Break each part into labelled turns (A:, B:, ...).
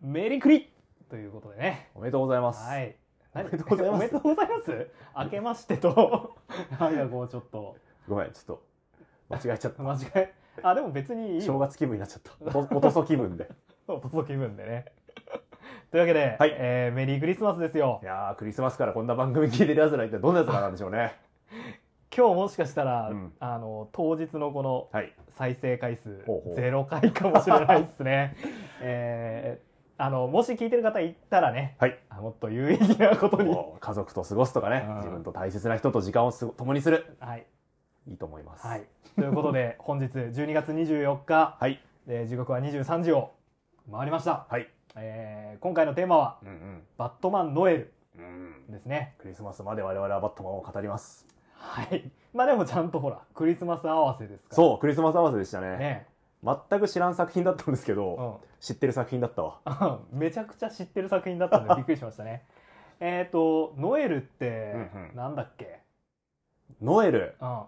A: メリクリということでね。
B: おめでとうございます。
A: はい。
B: おめでとうございま す
A: おめでとうございます。明けましてと、なんかこうちょっと、
B: ごめん、ちょっと間違 えちゃった。
A: 間違え、あ、でも別にいい
B: 正
A: よ。
B: 月気分になっちゃった。おおとそ 気分で。
A: おとそ気分でね。というわけで、
B: はい
A: えーメリークリスマスですよ
B: い。やー、クリスマスからこんな番組聞いてる奴ら一体どんな奴らなんでしょうね。
A: 今日もしかしたら、
B: うん
A: あの、当日のこの
B: はい。
A: 再生回数
B: ほうほう
A: ゼロ回かもしれないです ね。えーあのもし聞いてる方いたらね、
B: はい
A: あもっと有意義なこと に、
B: こう家族と過ごすとかね
A: うん、
B: 自分と大切な人と時間をすご共にする。
A: はい
B: いいと思います。
A: はい。、ということで本日12月24日、
B: はい。
A: えー時刻は23時を回りました、
B: はい。
A: えー今回のテーマは
B: うん
A: 「バットマンノエル
B: うん。うん」。
A: ですね
B: クリスマスまで我々はバットマンを語ります。
A: はいまあでもちゃんとほらクリスマス合わせですから
B: そう、クリスマス合わせでしたね。
A: ね
B: 全く知らん作品だったんですけど、
A: うん
B: 知ってる作品だったわ。
A: あ めちゃくちゃ知ってる作品だ ったんでびっくりしましたねえっとノエルって
B: うんうん
A: なんだっけ、
B: ノエル。
A: うん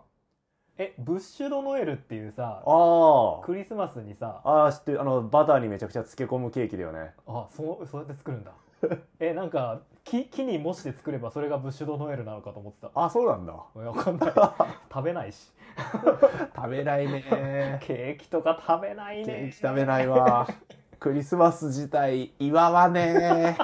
A: えブッシュドノエルっていうさ
B: あ
A: クリスマスにさ
B: あ。ああ、知ってる。あの、バターにめちゃくちゃ漬け込むケーキだよね。
A: あそうそうやって作るんだ えなんか木木に模して作ればそれがブッシュドノエルなのかと思ってた
B: あ、そうなんだ。
A: いやわかんない 食べないし
B: 食べない ね。
A: ケーキとか食べないね
B: ケーキ食べないわ。クリスマス自体祝わ ね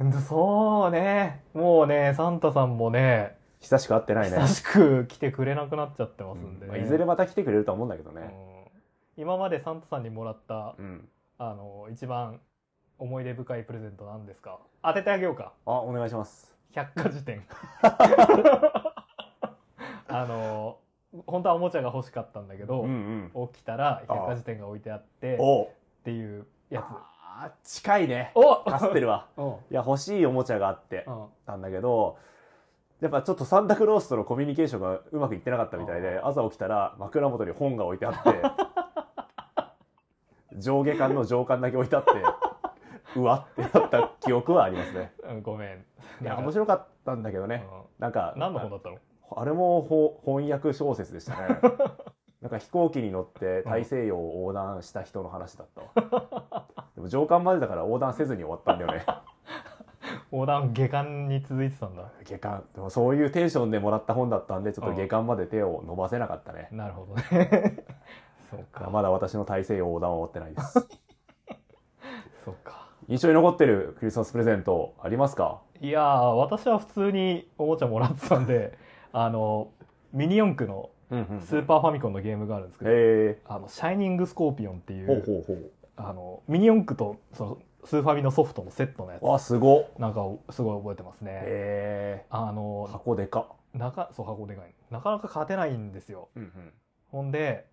A: うんそうねもうねサンタさんもね
B: 久しく会ってないね。
A: 久しく来てくれなくなっちゃってますんで、ね
B: うんまあいずれまた来てくれるとは思うんだけど
A: う
B: ね。
A: ん今までサンタさんにもらった
B: うん。
A: あの一番思い出深いプレゼントなんですか当ててあげようか
B: あ、お願いします。
A: 百科事 典あの本当はおもちゃが欲しかったんだけど、
B: うんうん。
A: 起きたら百科事典が置いてあってっ
B: お
A: ていうやつ
B: あー近いね。
A: お
B: かすってるわ。
A: うん
B: いや、欲しいおもちゃがあって
A: う、ん
B: たんだけど、やっぱちょっとサンタクロースとのコミュニケーションがうまくいってなかったみたいで、朝起きたら枕元に本が置いてあって、上下巻の上巻だけ置いてあって、うわってなった記憶はありますね。
A: うんごめん
B: い
A: な
B: や、
A: んか
B: 面白かったんだけどね。なんか
A: う、ん何の本だったの
B: あれもほ翻訳小説 でしたね。なんか飛行機に乗って大西洋を横断した人の話だった わ。でも上巻までだから横断せずに終わったんだよね。
A: 横断下巻に続いてたんだ
B: 下巻。でもそういうテンションでもらった本だったんで、ちょっと下巻まで手を伸ばせなかったね。
A: なるほどね そうか
B: まだ私の大西洋横断は終わってない です。
A: そうか
B: 印象に残ってるクリスマスプレゼントありますか
A: いやー私は普通におもちゃもらってたんで あのミニ四駆の
B: うんうん
A: スーパーファミコンのゲームがあるんですけど、
B: え
A: あのシャイニングスコーピオンってい
B: ー、
A: う
B: ほうほうほ
A: あのミニ四駆とそのスーファミのソフトのセットのや
B: う。わ、すごっ。
A: つなんかをすごい覚えてますね、
B: え
A: あ
B: ー、
A: の
B: 箱でか。
A: なかそう箱でかいなかなか勝てないんですよ
B: うんうん。
A: ほんで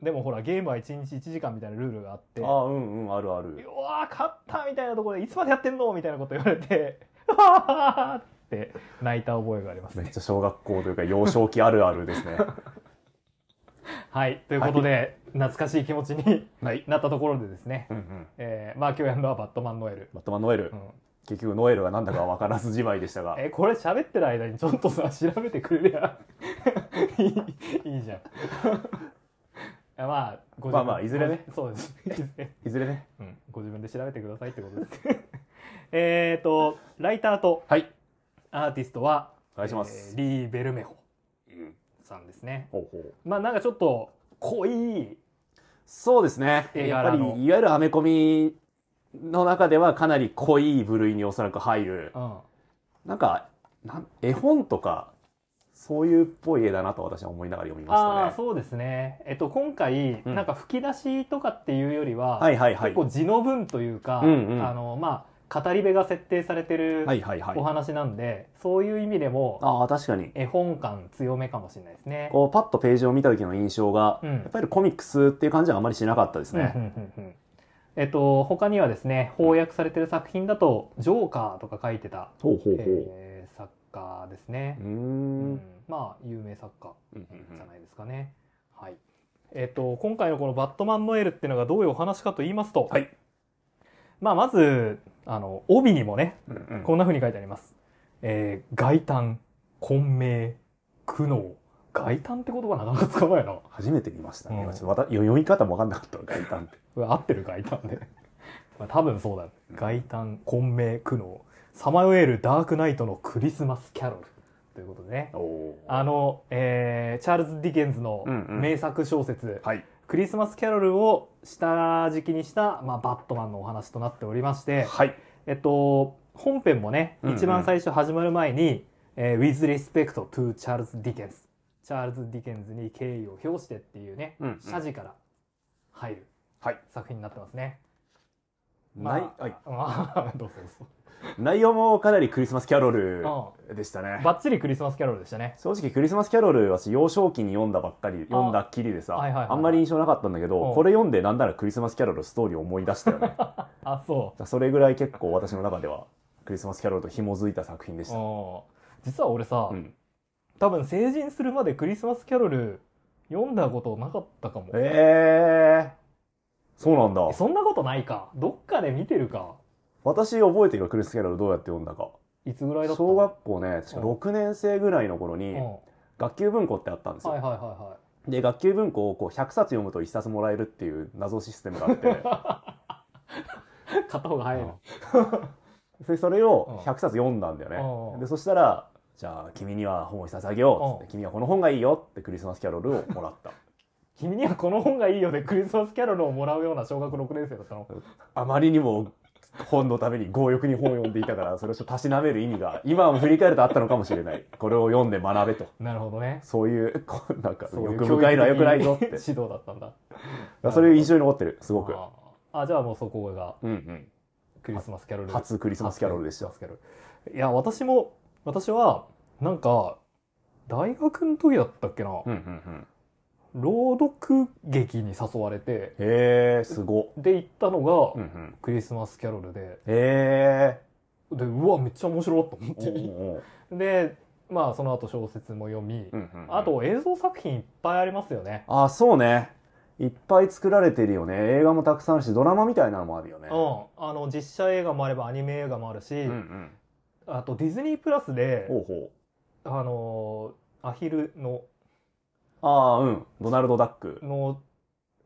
A: でもほらゲームは1日1時間みたいなルールがあって
B: あ、うんうん、あるあ
A: う
B: る。
A: わー勝ったみたいなところでいつまでやってんのみたいなこと言われて うわーって泣いた覚えがあります
B: めっ
A: ね。
B: ちゃ小学校というか幼少期あるあるですね。
A: はいということで、懐かしい気持ちに
B: はい。
A: なったところでですね、
B: うんうん。
A: えーまあ今日やるのは「バットマンノエル
B: バットマンノエル」
A: う。ん
B: 結局ノエルが何だか分からずじまいでしたが。
A: えこれ喋ってる間にちょっとさ調べてくれりゃ いいいいじゃんあまあご自分
B: まあまあいずれね
A: そうですいずれ
B: いずれね。
A: うん、ご自分で調べてくださいってことです。 えっと、ライターと
B: はい。
A: アーティストは、
B: お願いします
A: えーリー・ベルメホ
B: うん
A: さんですね。
B: ほうほう。
A: まあなんかちょっと濃い、
B: そうですね。
A: 映
B: や
A: 画
B: っ
A: 柄
B: ぱり、い
A: の
B: わゆるアメコミの中ではかなり濃い部類におそらく入る。
A: うん、
B: なんか、なん絵本とか、そういうっぽい絵だなと私は思いながら読みま
A: ああ
B: したね。
A: そうですね。えっと今回、
B: うん
A: なんか吹き出しとかっていうよりは、
B: はいはいはい
A: 結。構字の文というか、
B: うんうん
A: あのまあ語り部が設定されてる
B: はいはいはい
A: お。話なんで、そういう意味でも
B: ああ、確かに。
A: 絵本感強めかもしれないですね。
B: こう、パッとページを見た時の印象が、
A: うん
B: やっぱりコミックスっていう感じはあまりしなかったですね。
A: うんうんうんうんえっと他にはですね翻訳されてる作品だと「ジョーカー」とか書いてた、
B: ほうほうほう。
A: えー作家ですね
B: うー、
A: うん
B: ん。
A: まあ有名作家
B: うんうんうん
A: じゃないですかね、はいえっと今回のこの「バットマン・ノエル」っていうのがどういうお話かと言いますと、
B: はい
A: まあ、まずあの帯にもね
B: うんうん
A: こんな風に書いてあります。えー、外嘆、混迷、苦悩、外炭って言葉なかなか使わないな。
B: 初めて見ましたね、
A: うん
B: ちょっとわた読み方も分かんなかったわ外観って
A: これ合ってる外炭で。 まあ多分そうだ、ね。外炭、混迷、苦悩。さまよえるダークナイトのクリスマスキャロル。ということでね。
B: おお
A: あの、えーチャールズ・ディケンズの
B: うんうん
A: 名作小説、
B: はい
A: クリスマスキャロルを下敷きにした、まあ、バットマンのお話となっておりまして、
B: はい
A: えっと、本編もね、
B: うんうん
A: 一番最初始まる前に、えー With respect to Charles Dickens チャールズ・ディケンズに敬意を表してっていうね、
B: うんうん
A: 謝辞から入る
B: はい
A: 作品になってますね。
B: ない
A: まあ
B: はい、
A: まあ どうぞどうぞ
B: 内容もかなりクリスマスキャロル
A: う
B: でしたね
A: バッチリクリスマスキャロルでしたね。
B: 正直クリスマスキャロル私幼少期に読んだばっかり読んだっきりでさ、
A: はいはいはい
B: あんまり印象なかったんだけど、
A: うん
B: これ読んでなんならクリスマスキャロルのストーリーを思い出し たよねだか
A: あ、そう。
B: らそれぐらい結構私の中ではクリスマスキャロルと紐づいた作品でした、
A: うん実は俺さ、
B: うん、
A: 多分成人するまでクリスマスキャロル読んだことなかったかも。
B: ええそうなんだ
A: えそんなことないか。どっかで見てるか。
B: 私覚えてるよクリスマスキャロルどうやって読んだか
A: いつぐらいだった
B: 小学校ね確か
A: うん
B: 6年生ぐらいの頃に
A: うんは
B: 学級文庫ってあったんです
A: い
B: よ、
A: はいはいは
B: で学級文庫をこう100冊読むと1冊もらえるっていう謎システムが あって
A: い。 買った方が早いな。
B: うんでそれ
A: うん
B: を100冊読んだんだよ
A: う
B: ね
A: ん
B: でそしたら「じゃあ君には本を一冊あげよう」
A: う
B: っつって
A: ん
B: 「君はこの本がいいよ」ってクリスマスキャロルをもらった
A: 君にはこの本がいいよでクリスマスキャロルをもらうような小学6年生だったの。
B: あまりにも本のために強欲に本を読んでいた からそれをちょっとたしなめる意味が今も振り返るとあったのかもしれないこれを読んで学べと
A: なるほどね。
B: そういうこうなんか
A: そういう
B: 欲深いのは良くないぞっ
A: 教育
B: て
A: 的指導だったんだ。
B: それ印象に残ってるすごく、
A: あーあ、じゃあもうそこが
B: うんうん、
A: クリスマスキャロル。
B: 初クリスマスキャロルでし
A: ク
B: た
A: リスマスキャロルいや、私も、私は、なんか、大学の時だったっけな。
B: うんうんうん
A: 朗読劇に誘われて
B: へえすご
A: で行ったの
B: うんう
A: が
B: ん
A: クリスマスキャロルで
B: へえ
A: でうわめっちゃ面白いと思っ
B: おう
A: て でまあその後小説も読み、
B: うんうんうん
A: あと映像作品いっぱいありますよね、
B: あそうねいっぱい作られてるよね映画もたくさんあるしドラマみたいなのもあるよね
A: うん、あの実写映画もあればアニメ映画もあるし、
B: うんうん
A: あとディズニープラスで
B: ほうほう
A: あのーアヒルの
B: ああうんドナルド・ダック
A: の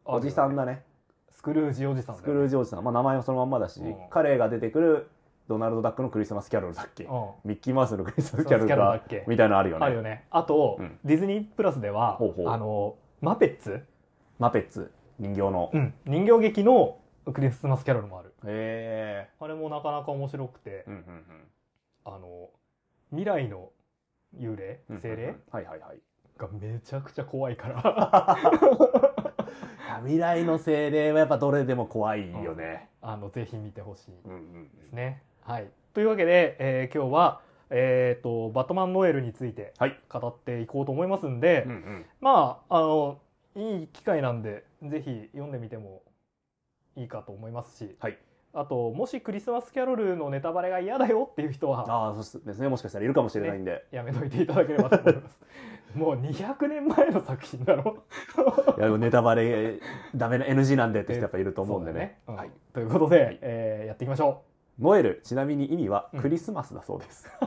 B: おじさんだね
A: スクルージおじさん
B: ス
A: だよね
B: クルージおじさん、まあ、名前もそのまんまだし、
A: うん
B: 彼が出てくるドナルド・ダックのクリスマスキャロルだっけ、
A: うん
B: ミッキーマウスのクリスマ
A: ク
B: スキ
A: リスマ
B: ャロ
A: ス
B: ル
A: キャロルだ
B: か
A: っけ
B: みたいなのあるよね
A: あるよねあと、
B: うん
A: ディズニープラスでは
B: ほうほう
A: あのマペッツ
B: マペッツ人形の、
A: うん、人形劇のクリスマスキャロルもある
B: へえ
A: あれもなかなか面白くて、
B: うんうんうん
A: あの未来の幽霊
B: うんうん
A: 精霊
B: はいはいはい
A: がめちゃくちゃ怖いから
B: いや未来の精霊はやっぱどれでも怖 いよね、
A: あのぜひ見てほしい
B: うんうん
A: ですね、はい、というわけで、えー今日は、えー、とバットマンノエルについて
B: はい
A: 語っていこうと思いますんで、
B: うんうん
A: まああのいい機会なんでぜひ読んでみてもいいかと思いますし、
B: はい
A: あともしクリスマスキャロルのネタバレが嫌だよっていう人は
B: ああそうですねもしかしたらいるかもしれないんで、
A: やめといていただければと思い ます。もう200年前の作品だろ
B: いやでもネタバレダメな NG なんでって人やっぱいると思うんでね
A: そうだ
B: はい
A: ようんということで、えーやっていきましょ
B: ノエルちなみに意味は
A: うん
B: クリスマスだそうです、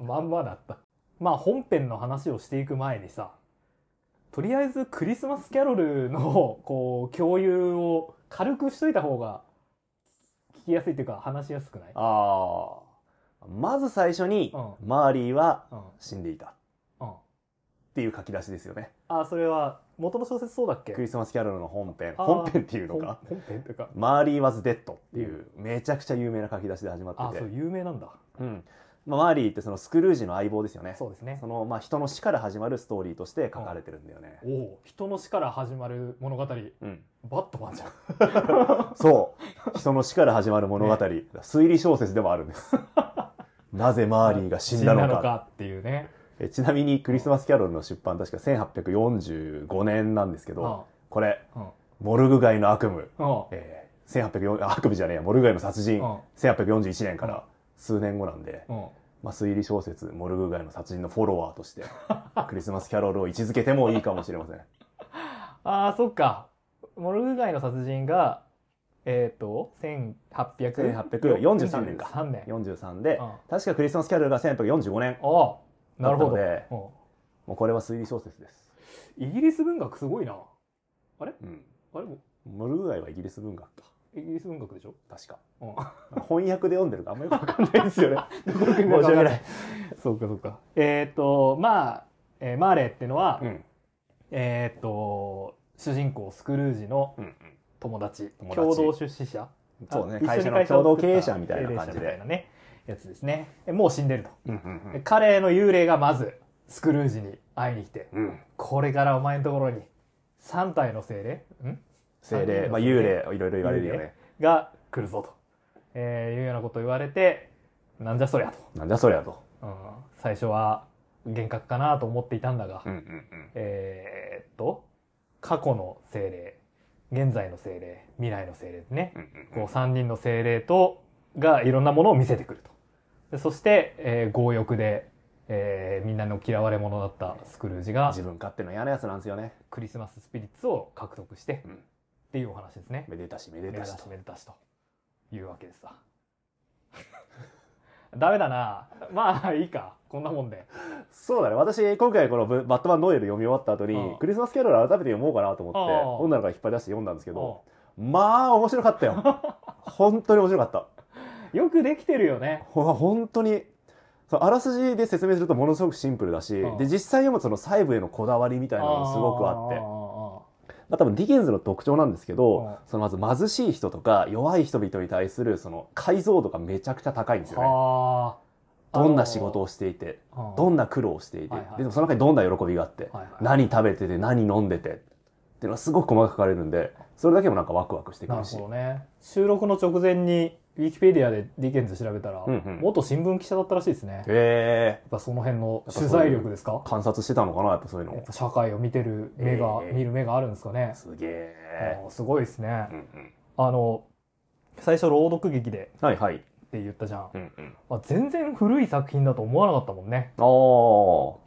A: う。まんまだった。まあ本編の話をしていく前にさ、とりあえずクリスマスキャロルのこう共有を軽くしといた方が聞きやすいというか話しやすくない、
B: ああまず最初に、
A: う
B: マーリーは
A: うん
B: 死んでいたっ
A: うん、
B: ていう書き出しですよね
A: あ、それは元の小説そうだっけ
B: クリスマスキャロルの本編
A: あー
B: 本編っていうの
A: 本
B: か
A: 本編というか。
B: マーリー・ワズ・デッドっていうめちゃくちゃ有名な書き出しで始まっ
A: あ、
B: て
A: そ
B: て
A: う、有名なんだ。
B: うんまあ、マーリーってそのスクルージの相棒ですよね
A: そうですね。
B: その、まあ、人の死から始まるストーリーとして書かれてるんだよね、
A: おお、人の死から始まる物語、
B: うん、
A: バットマンじゃん。
B: そう。人の死から始まる物語、推理小説でもある んです。なぜマーリーが死んだのか
A: っていうね。
B: えちなみにクリスマスキャロルの出版確か1845年なんですけど、これ、
A: うんうん
B: モルグ街の悪夢、
A: うん
B: えー、1804あ悪夢じゃねえや、モルグ街の殺人、
A: うん
B: 1841年から数年後なんで、
A: うん
B: まあ、推理小説、モルグ街の殺人のフォロワー として、クリスマスキャロルを位置づけてもいいかもしれません。
A: ああ、そっか。モルグ街の殺人が、えっ、ー、と、1800
B: 1843年か
A: 3年。
B: 43で
A: うん、
B: 確かクリスマスキャロルが1845年
A: ああ、なるほど。
B: だったので
A: うん
B: もうこれは推理小説です。
A: イギリス文学すごいな。
B: うん。
A: あれも
B: ムルーアイはイギリス文学か。
A: イギリス文学でしょ
B: 確か。
A: うん。
B: 翻訳で読んでるかあんまよくわかんないですよね。申し
A: 申し
B: 訳
A: 訳
B: な
A: ないい。 そうかそうか。えっ、と、まあ、えーマーレーってのは、
B: うん。
A: えっ、と、主人公スクルージの
B: うん。
A: 友達、
B: 友達
A: 共同出資者。
B: そうね。
A: あ
B: 会
A: 一
B: 社
A: 緒
B: の
A: にを
B: 共同
A: 作
B: 経
A: った
B: 営者みたいな感じ
A: 経営者みたい
B: で。
A: なね、やつですね。えもう死んでると。
B: うんうん
A: で彼の幽霊がまず、スクルージに会いに来て、
B: うん。うん。
A: これからお前のところに、3体の精霊ん
B: 精霊、まあ
A: 三人
B: 幽
A: の
B: 霊、いろいろ言われるよ
A: 幽
B: ね。
A: が来るぞと、えーいうようなことを言われて、なんじゃそりゃと。
B: なんじゃそりゃと。
A: うん最初は幻覚かなと思っていたんだが、
B: うんうんうん。
A: えーっと、過去の精霊、現在の精霊、未来の精霊ですね。こう3人の精霊と、がいろんなものを見せてくると。でそして、えー強欲で、えーみんなの嫌われ者だったスクルージが
B: 自、分勝手の嫌なやつなんですよね。
A: クリスマススピリッツを獲得して、
B: うん
A: っていうお話ですね。
B: めでたしめで
A: めで
B: た
A: た
B: し
A: し
B: と。
A: めでたしというわけですわ。 ダメだな。まあいいか。こんなもんで。
B: そうだね。私、今回このブバットマンノエル読み終わった後
A: う
B: に
A: ん、
B: クリスマスキャロル改めて読もうかなと思って
A: うん、
B: 女の子が引っ張り出して読んだんですけ
A: うん
B: ど、まあ面白かったよ。 本当に面白かった。
A: よくできてるよね。
B: ほ本当にそうあらすじで説明するとものすごくシンプルだし、
A: うん
B: で実際読むとその細部へのこだわりみたいなのもすごくあって
A: っ
B: まあ多分ディケンズの特徴なんですけど、
A: うん
B: そのまず貧しい人とか弱い人々に対するその解像度がめちゃくちゃ高いんですよね。
A: はあ。
B: どんな仕事をしていて、どんな苦労をしていて、
A: はいはい
B: でもその中にどんな喜びがあって、
A: はいはい
B: 何食べてて何飲んでてっていうのはすごく細かく書かれるんでそれだけでもなんかワクワクしてく
A: な
B: る
A: る
B: し
A: ほどね。収録の直前に、ウィキペディアでディケンズ調べたら、
B: うんうん
A: 元新聞記者だったらしいですね。やっ
B: え
A: ぱその辺の
B: ぱそうい
A: 取材
B: う
A: 力ですか
B: ー、観察してたのかなやっぱそういう
A: やっ
B: の
A: ぱ社会を見てる目が、
B: ええ
A: 見る目があるんですかね。
B: すげえ、
A: ああすごいですね
B: う。んうん、
A: あの、最初朗読劇で
B: はいはい
A: って言ったじゃん。
B: うんうん。
A: あ全然古い作品だと思わなかったもんね。
B: ああ。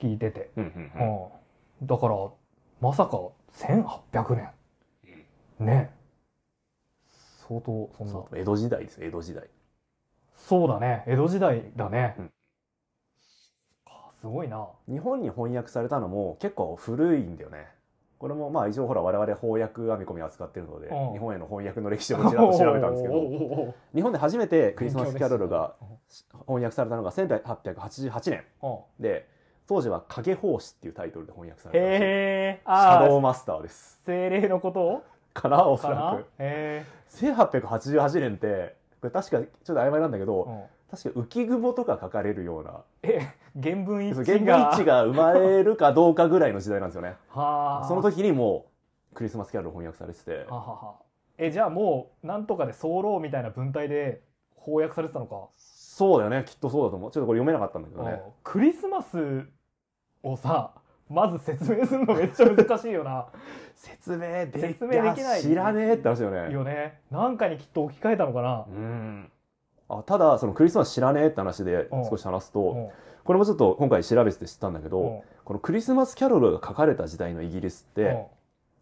A: 聞いてて。
B: うんうんうん。
A: うん、だからまさか1800年ね相当そんな
B: そ
A: そう
B: 江戸時代です、江戸時代。
A: うだね江戸時代だね、
B: うん
A: かすごいな
B: 日本に翻訳されたのも結構古いんだよね。これもまあ一応ほら我々翻訳編み込み扱ってるので、
A: うん
B: 日本への翻訳の歴史をちらっと調べたんですけど、
A: ど
B: 日本で初めてクリスマスキャロルが翻訳されたのが1888年で、当時は影法師っていうタイトルで翻訳されたらし
A: へ
B: い
A: え
B: シャ
A: あ
B: ド
A: あ
B: ーマスターです。
A: 精霊のことを
B: かな、おそ
A: からなへ
B: く。1888年って、これ確かちょっと曖昧なんだけ
A: え、う
B: ど、
A: ん
B: 確か浮雲とか書かれるような
A: え原 文一
B: そう
A: 致
B: 原文一致
A: が
B: が生まれるかどうかぐらいの時代なんですよね
A: はあ
B: その時にもうクリスマスキャロル翻訳されてて
A: はははえじゃあもうなんとかで候みたいな文体で翻訳されてたのか
B: そうだよねきっとそうだと思うちょっとこれ読めなかったんだけどね
A: うんクリスマスをさまず説明するのめっちゃ難しいよな
B: 説明で
A: 説明できない
B: 知らねえって話だよね
A: よねなんかにきっと置き換えたのかな
B: う、んあただそのクリスマス知らねえって話で
A: うん
B: 少し話す
A: うん
B: とこれもちょっと今回調べてて知ったんだけどこのクリスマスキャロルが書かれた時代のイギリス
A: う
B: っ
A: んうん
B: て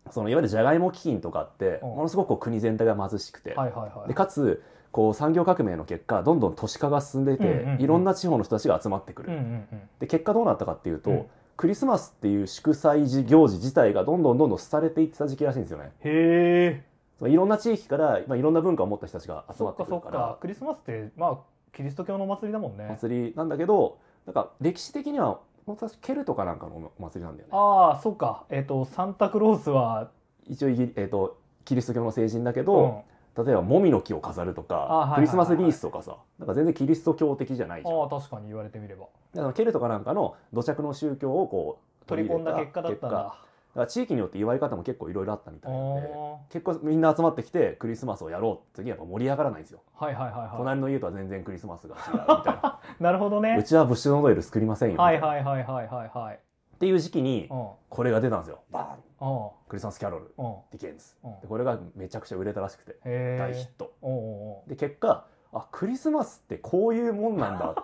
B: そのいわゆるじゃがいも基金とかって
A: うん
B: ものすごくこう国全体が貧しくて
A: はいはいはい
B: でかつこう産業革命の結果どんどん都市化が進んでいて、
A: うんうんうん
B: いろんな地方の人たちが集まってくる、
A: うんうんうん
B: で結果どうなったかっていうと、
A: うん
B: クリスマスっていう祝祭事行事自体がどんどんどんどん廃れていってた時期らしいんですよね
A: へえ
B: そのいろんな地域から、まあ、いろんな文化を持った人たちが集
A: そ
B: ま
A: っ
B: って
A: か
B: く
A: そ
B: る
A: っ
B: か
A: からクリスマスってまあキリスト教のお祭りだもんね
B: 祭りなんだけどなんか歴史的には本当はケルトかなんかのお祭りなんだよね
A: ああそうかえっ、とサンタクロースは
B: 一応イギリ、えー、とキリスト教の聖人だけ
A: う
B: ど、例えばもみの木を飾るとか、
A: あはいはいはいはい
B: クリスマスリースとかさなんか全然キリスト教的じゃないじゃん
A: ん、ああ確かに言われてみれば
B: だからケルトかなんかの土着の宗教をこう
A: 取り込んだ結果だったん
B: 結果
A: だ
B: から地域によって祝い方も結構いろいろあったみたいなので
A: おー
B: 結構みんな集まってきてクリスマスをやろうって時はやっぱ盛り上がらないんですよ、
A: はいはいはいは
B: 隣の家とは全然クリスマスが違うみたいな
A: いなるほど ね
B: うちはブッシュドノエル作りませんよ
A: はい
B: い
A: はいはいはいはいはい
B: っていう時期に
A: うん
B: これが出たんですよバーン
A: うん
B: クリスマスキャロル
A: うん
B: ディケンズ
A: うん
B: でこれがめちゃくちゃ売れたらしくて
A: へえ
B: 大ヒット
A: おうおうおう
B: で結果あクリスマスってこういうもんなんだ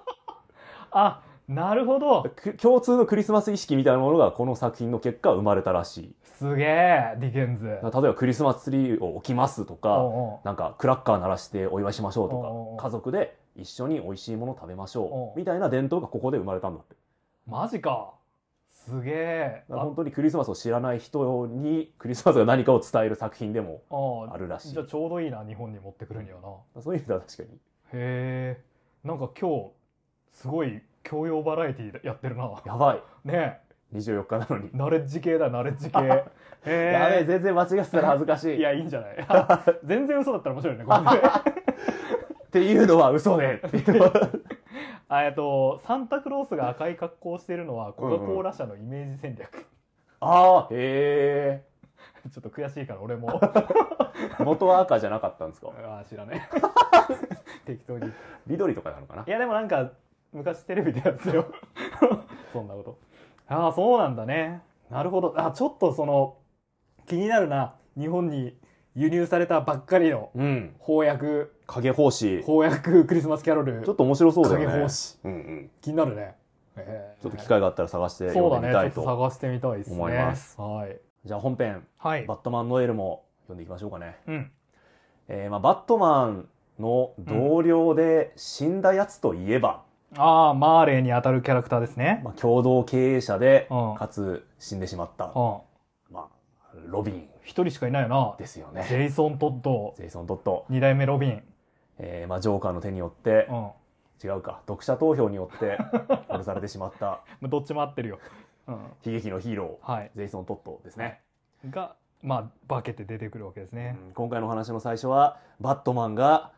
A: あなるほど
B: く共通のクリスマス意識みたいなものがこの作品の結果生まれたらしい
A: すげえディケンズ
B: 例えばクリスマスツリーを置きますと
A: おう
B: か、
A: おう
B: なんかクラッカー鳴らしてお祝いしましょうとか、
A: おうおう
B: 家族で一緒に美味しいもの食べまし
A: お
B: ょ
A: う
B: うみたいな伝統がここで生まれたんだって。
A: マジかすすげえ。
B: だから
A: あ
B: 本当にクリスマスを知らない人にクリスマスが何かを伝える作品でも
A: あ
B: あ
A: あ、
B: るらしい
A: じゃあちょうどいいな、日本に持ってくるにはな。
B: そういう意味では確かに
A: へえ。なんか今日、すごい教養バラエティやってる な。
B: やばい
A: ね
B: 24日なのに
A: え、ナレッジ系だ、ナレッジ系。
B: やべえ
A: へ
B: 全然間違ってたら恥ずかしい
A: え。いや、いいんじゃない 全然嘘だったら面白いね、 これね。
B: っていうのは嘘でっていうのは
A: あえっと、サンタクロースが赤い格好をしているのはコカ・コーラ社のイメージ戦略。
B: ああへ
A: ちょっと悔しいから俺 も
B: え元は赤じゃなかったんですか
A: あー知らない 適当にい
B: 緑とかなのかな
A: やでもなんか昔テレビでやってた よそんなことああそうなんだねなるほどあちょっとその気になるな日本に輸入されたばっかりの
B: うん
A: 翻訳
B: 影奉仕ちょ
A: 翻訳クリスマスキャロル
B: っと面白そうだよね
A: 影奉仕
B: うんうん
A: 気になるね、えー
B: ちょっと機会があったら探して
A: そう
B: 読
A: だ
B: んで
A: ね
B: み
A: ち
B: た
A: ょ
B: い
A: っ
B: と
A: と探してみたいですね
B: 思います
A: はい、
B: じゃあ本編
A: はい
B: 「バットマン・ノエル」も読んでいきましょうかね、
A: うん、
B: えーまあ、バットマンの同僚で死んだやつといえば、
A: ああマーレーに当たるキャラクターですね、
B: まあ、共同経営者で、
A: うん
B: かつ死んでしまった、
A: うん
B: まあ、ロビン
A: 一人しかいないよ
B: ですよ
A: なジ
B: ね
A: ェイソン・トッド
B: ジェイソン・ドット、
A: 二代目ロビン、
B: えーまあ、ジョーカーの手によって
A: うん、 ま
B: 違うか読者投票によって殺されてしまった
A: あどっちも合ってるよ、うん、
B: 悲劇のヒーロー、
A: はい
B: ジェイソン・トットですね、
A: がまあ化けて出てくるわけですね、
B: うん今回のお話の最初はバットマンが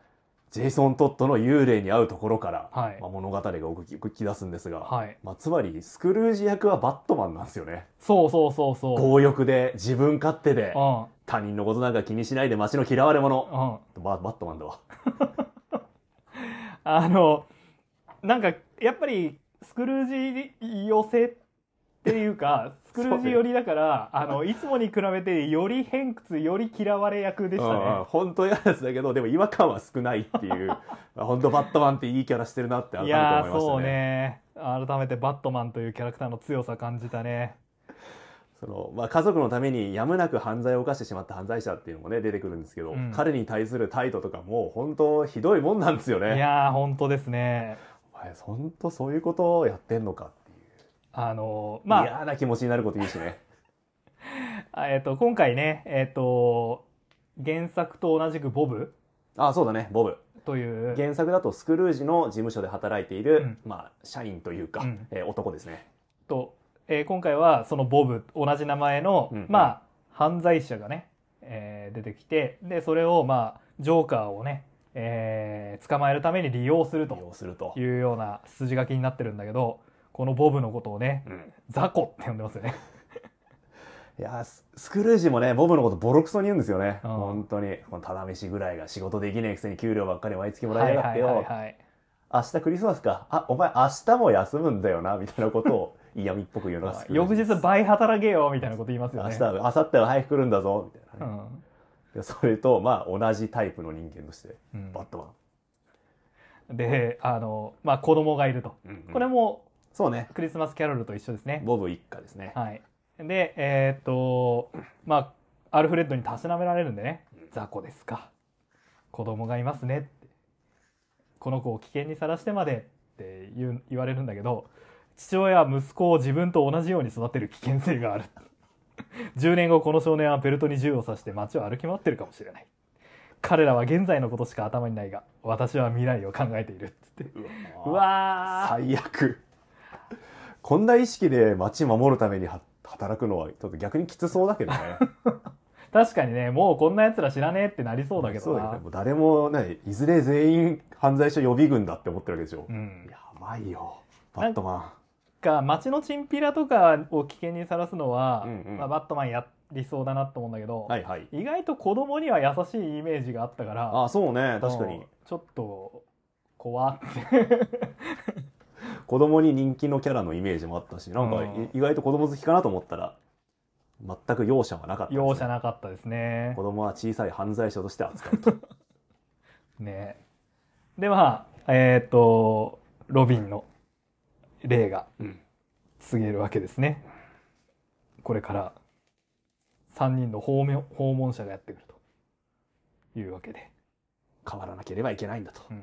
B: ジェイソン・トットの幽霊に会うところから、
A: はい
B: まあ、物語が動き動き出すんですが、
A: はい
B: まあ、つまりスクルージ役はバットマンなんですよね
A: そうそうそうそう
B: 強欲で自分勝手で
A: うんうん
B: 他人のことなんか気にしないで街の嫌われ者ババットマンだわ
A: あのなんかやっぱりスクルージ寄せっていう かスクルージ寄りだからあのいつもに比べてより偏屈より嫌われ役でしたね、
B: うんうん本当嫌なやつだけどでも違和感は少ないっ ていう本当バットマンっていいキャラしてるなって改
A: い
B: めて思い
A: や
B: ま
A: ー
B: した
A: そう
B: ね
A: ね改めてバットマンというキャラクターの強さ感じたね
B: そのまあ、家族のためにやむなく犯罪を犯してしまった犯罪者っていうのもね出てくるんですけど、
A: うん
B: 彼に対する態度とかもう本当ひどいもんなんですよ
A: い
B: ね
A: やー本当ですね
B: お前本当そういうことをやってんのかっていう、
A: あのまあ
B: 嫌な気持ちになること言うしね
A: あえっと、今回ね、えっと、原作と同じくボブ
B: あそうだねボブ
A: という、
B: 原作だとスクルージの事務所で働いている、
A: うん
B: まあ、社員というか、
A: うん
B: えー男ですね
A: とえー今回はそのボブ、同じ名前の、
B: うんうん
A: まあ、犯罪者がね、えー出てきて、で、それを、まあ、ジョーカーをね、えー捕まえるために利用する
B: 利
A: と
B: 用すると
A: い、うような筋書きになってるんだけど、このボブのことをね、
B: うん
A: ザコって呼んでますよね。
B: いやーススクルージもねボブのことボロクソに言うんですよね、
A: うん
B: 本当にこのただ飯ぐらいが仕事できねえくせに給料ばっかり毎月もら
A: はいい
B: やがっ
A: は
B: て
A: い
B: よ、
A: はいはい。
B: 明日クリスマスかあお前明日も休むんだよなみたいなことを嫌味っぽく言うのがスクルー
A: 翌
B: ジ
A: 日倍働けよみたいなこと言いますよ
B: 明
A: ね。
B: 日明後日は早く来るんだぞみたいうな、ね
A: ん
B: でそれとまあ同じタイプの人間として
A: うん
B: バットマン、
A: で、あの、まあ子供がいると。
B: うんうん
A: これも
B: そうね
A: クリスマスキャロルと一緒ですね。
B: ボブ一家ですね、
A: はい。で、えーっと、まあ、アルフレッドにたしなめられるんでね、雑魚ですか。子供がいますねって。この子を危険にさらしてまでって言う言われるんだけど、父親は息子を自分と同じように育てる危険性がある。10年後この少年はベルトに銃を刺して街を歩き回ってるかもしれない。彼らは現在のことしか頭にないが、私は未来を考えている。つって。うわー
B: 最悪こんな意識で街守るためには働くのはちょっと逆にきつ そうだけどね
A: 確かにね、もうこんな奴ら知らねえってなりそうだけど
B: よね
A: な。
B: もう誰もねいずれ全員犯罪者予備軍だって思ってるわけでしょ、
A: うん
B: やばいよバットマン
A: か街のチンピラとかを危険にさらすのは、
B: うんうん
A: まあ、バットマンやりそうだなと思うんだけど、
B: はいはい
A: 意外と子供には優しいイメージがあったから
B: あそうね確かに
A: もうちょっと怖って
B: 子供に人気のキャラのイメージもあったしなんかい、
A: うん
B: 意外と子供好きかなと思ったら全く容赦はなかったですね、
A: 容赦なかったですね
B: 子。供は小さい犯罪者として扱うと
A: ねでまあえっ、とロビンの霊が
B: うん
A: 告げるわけですね。これから3人の訪問訪問者がやってくるというわけで。
B: 変わらなければいけないんだと、
A: うん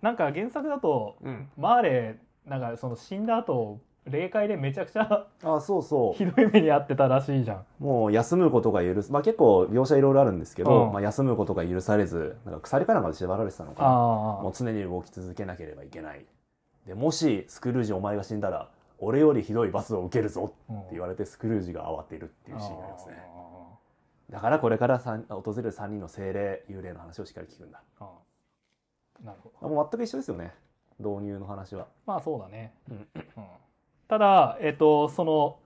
A: なんか原作だと
B: うん
A: マーレーなんかその死んだ後霊界でめちゃくちゃ
B: あそうそ
A: ひどい目に遭ってたらし いじゃん
B: うもう休むことが許すまあ結構描写いろいろあるんですけど、
A: うん
B: まあ、休むことが許されずなんか鎖からまで縛られてたのかな
A: あ
B: もう常に動き続けなければいけないでもしスクルージお前が死んだら俺よりひどい罰を受けるぞ
A: あ
B: って言われてスクルージが慌てるっていうシーンがありますね
A: あ
B: だからこれからさん訪れる3人の精霊幽霊の話をしっかり聞くんだ
A: ああなるほど
B: もう全く一緒ですよね導入の話は
A: まあそうだね、
B: うん
A: うんただえっ、とその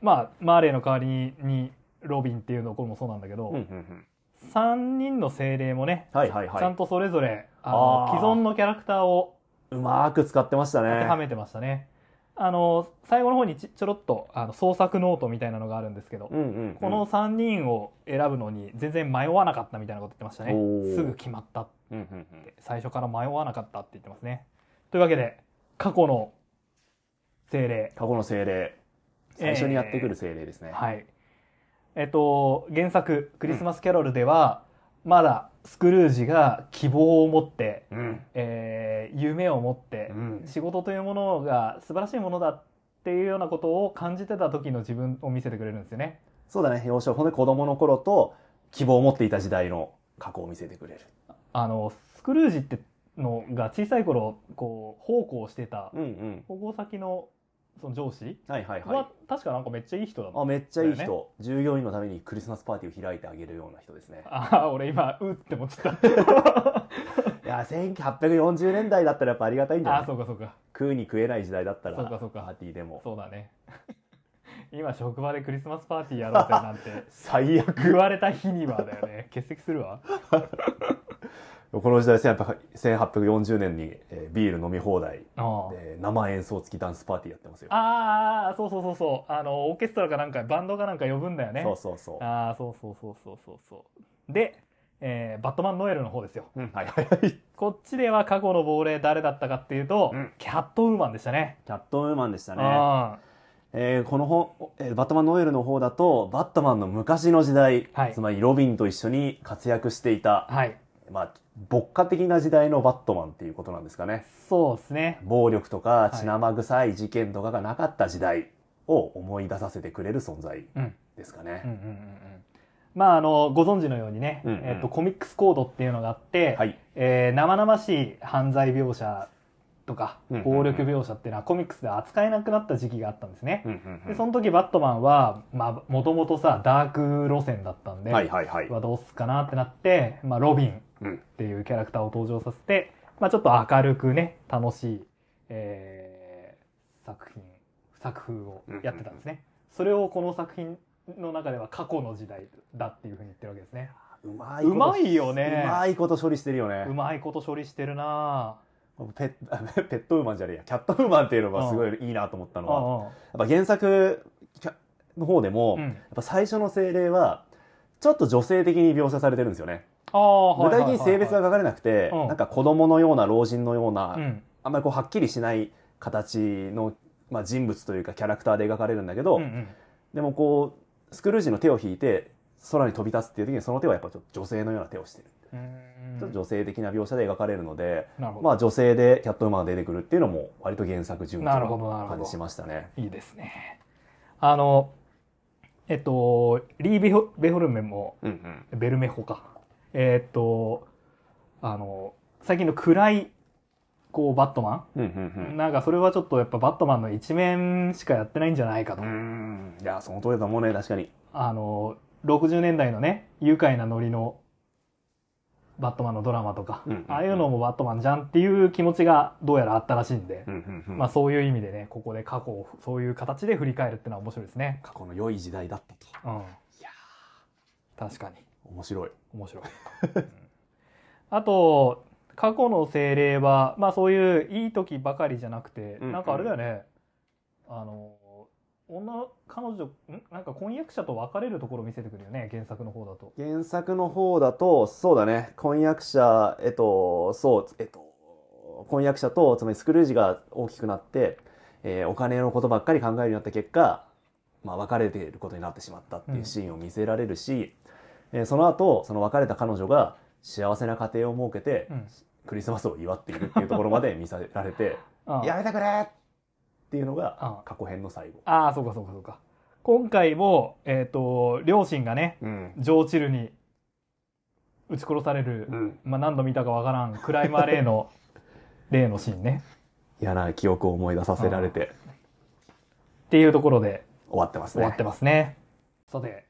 A: まあマーレーの代わりにロビンっていうのこれもそうなんだけど、3人の精霊もね、
B: はいはい
A: ちゃ
B: は
A: んとそれぞれあの
B: あー
A: 既存のキャラクターを
B: いうまーく使ってました
A: 当ては
B: ね
A: めてましたね。あの最後の方にちちょろっとあの創作ノートみたいなのがあるんですけど、
B: うんうんうん
A: この3人を選ぶのに全然迷わなかったみたいなこと言ってましたね
B: おー
A: すぐ決まったっ
B: うんうんうん
A: て最初から迷わなかったって言ってますねというわけで過去の精霊
B: 過去の精霊最初にやってくる精霊ですね、
A: はいえっと原作「クリスマス・キャロル」では、まだスクルージが希望を持って、
B: うん
A: えー夢を持って
B: う、ん
A: 仕事というものが素晴らしいものだっていうようなことを感じてた時の自分を見せてくれるんですよね。
B: そうだね幼少ほんで子供の頃と希望を持っていた時代の過去を見せてくれる
A: あのスクルージってのが小さい頃こう奉公してた
B: うんうん
A: 奉公先のその上司
B: はいはい
A: は、
B: はい
A: 確かなんかめっちゃいい人だもん。
B: あめっちゃいい
A: だ
B: 人、従業員のためにクリスマスパーティーを開いてあげるような人ですね
A: ああ俺今うって思っちゃっ
B: いや1840年代だったらやっぱありがたいんじ
A: た。
B: ゃ
A: あ
B: ない
A: あそうかそうか
B: 食うに食えない時代だったら
A: そうかそうか
B: パーティーでも
A: そうだね。 今職場でクリスマスパーティーやろうぜなんて
B: 最
A: 言
B: 悪
A: われた日にはだよ ね欠席するわ。
B: この時代1840年に、えービール飲み放題
A: ああ
B: で生演奏付きダンスパーティーやってますよ、
A: ああそうそうそうそうあのオーケストラかなんかバンドかなんか呼ぶんだよね
B: そうそうそう
A: ああそうそうそうそうそうそうで、えーバットマンノエルの方ですよ
B: うんはいはいはい
A: こっちでは過去の亡霊誰だったかっていうと、
B: うん
A: キャットウーマンでしたね
B: キャットウーマンでしたね、
A: あ
B: えーこの本、えーバットマンノエルの方だとバットマンの昔の時代、
A: はい
B: つまりロビンと一緒に活躍していた
A: あはい
B: まあ牧歌的な時代のバットマンっていうことなんですかね
A: そうですね
B: 暴力とか
A: い
B: 血生臭い事件とかがなかった時代を思い出させてくれる存在
A: うん
B: ですかね
A: うん、うんうんうんまああのご存知のようにね、
B: うんうん
A: えっとコミックスコードっていうのがあって、
B: はい
A: えー生々しい犯罪描写とか
B: うんうんうん
A: 暴力描写っていうのはコミックスでは扱えなくなった時期があったんですね、
B: うんうんうん
A: でその時バットマンはまあもともとさダーク路線だったんで、
B: はいはいはい、
A: はどうすっかなってなって、まあ、ロビン
B: うん
A: っていうキャラクターを登場させて、まあ、ちょっと明るくね楽しい、えー作品作風をやってたんですね、それをこの作品の中では過去の時代だっていうふうに言ってるわけですね
B: うま
A: うまいよね
B: うまいこと処理してるよね
A: うまいこと処理してるな
B: ペッ ペットウーマンじゃねえやキャットウーマンっていうのがすごいいいなと思ったのは、やっ
A: あ
B: ぱ原作キャの方でも、
A: うん
B: やっ
A: うん
B: ぱ最初の精霊はちょっと女性的に描写されてるんですよね
A: あー
B: 具
A: はいは
B: 体
A: い
B: 的
A: はい
B: に性別が書かれなくて、
A: うん
B: なんか子供のような老人のような、
A: うん
B: あんまりこうはっきりしない形の、まあ、人物というかキャラクターで描かれるんだけど、
A: うんうん
B: でもこうスクルージの手を引いて空に飛び立つっていう時にその手はやっぱちょっと女性のような手をしてる、
A: う
B: ちょ
A: ん
B: っと女性的な描写で描かれるので、
A: なるほど、
B: まあ、女性でキャットウーマンが出てくるっていうのも割と原作順調
A: なるほどなるほ
B: 感
A: ど
B: じしましたね。
A: いいですねあのえっとリー・ベホベホルメも
B: うんうん
A: ベルメホか。えーっと、あの、最近の暗い、こう、バットマ
B: うんう
A: ン、
B: ん
A: なんかそれはちょっとやっぱバットマンの一面しかやってないんじゃないか
B: う
A: と。
B: んうんいやその通りだと思うね確かに
A: あの、60年代のね、愉快なノリの、バットマンのドラマとか、
B: うんうんうん
A: ああいうのもバットマンじゃんっていう気持ちがどうやらあったらしいんで、
B: うんうんうん
A: まあそういう意味でね、ここで過去をそういう形で振り返るってのは面白いですね。
B: 過去の良い時代だったと
A: うん。確かに。
B: 面白い
A: 面白い、うんあと過去の精霊はまあそういういい時ばかりじゃなくて、
B: うん
A: なんかあれだよねあの女彼女んなんか婚約者と別れるところ見せてくるよね原作の方だと
B: 原作の方だと、そうだね、婚約者、えっと、そう、えっと、婚約者と、つまりスクルージが大きくなって、えーお金のことばっかり考えるようになった結果、まあ、別れていることになってしまったっていうシーンを見せられるし、えーその後、その別れた彼女が幸せな家庭を設けて、
A: うん
B: クリスマスを祝っているっていうところまで見せられて、
A: ああ
B: やめてくれってっていうのが
A: あ
B: 過去編の最後。
A: あーそうかそうかそうか今回もえっ、と両親がね
B: うん。
A: ジョーチルに撃ち殺される、
B: うん。
A: まあ何度見たかわからんクライマー例の 例のシーンね
B: 嫌な記憶を思い出させられて
A: っていうところで
B: 終わってます
A: 終わ
B: ね
A: って。ますねさて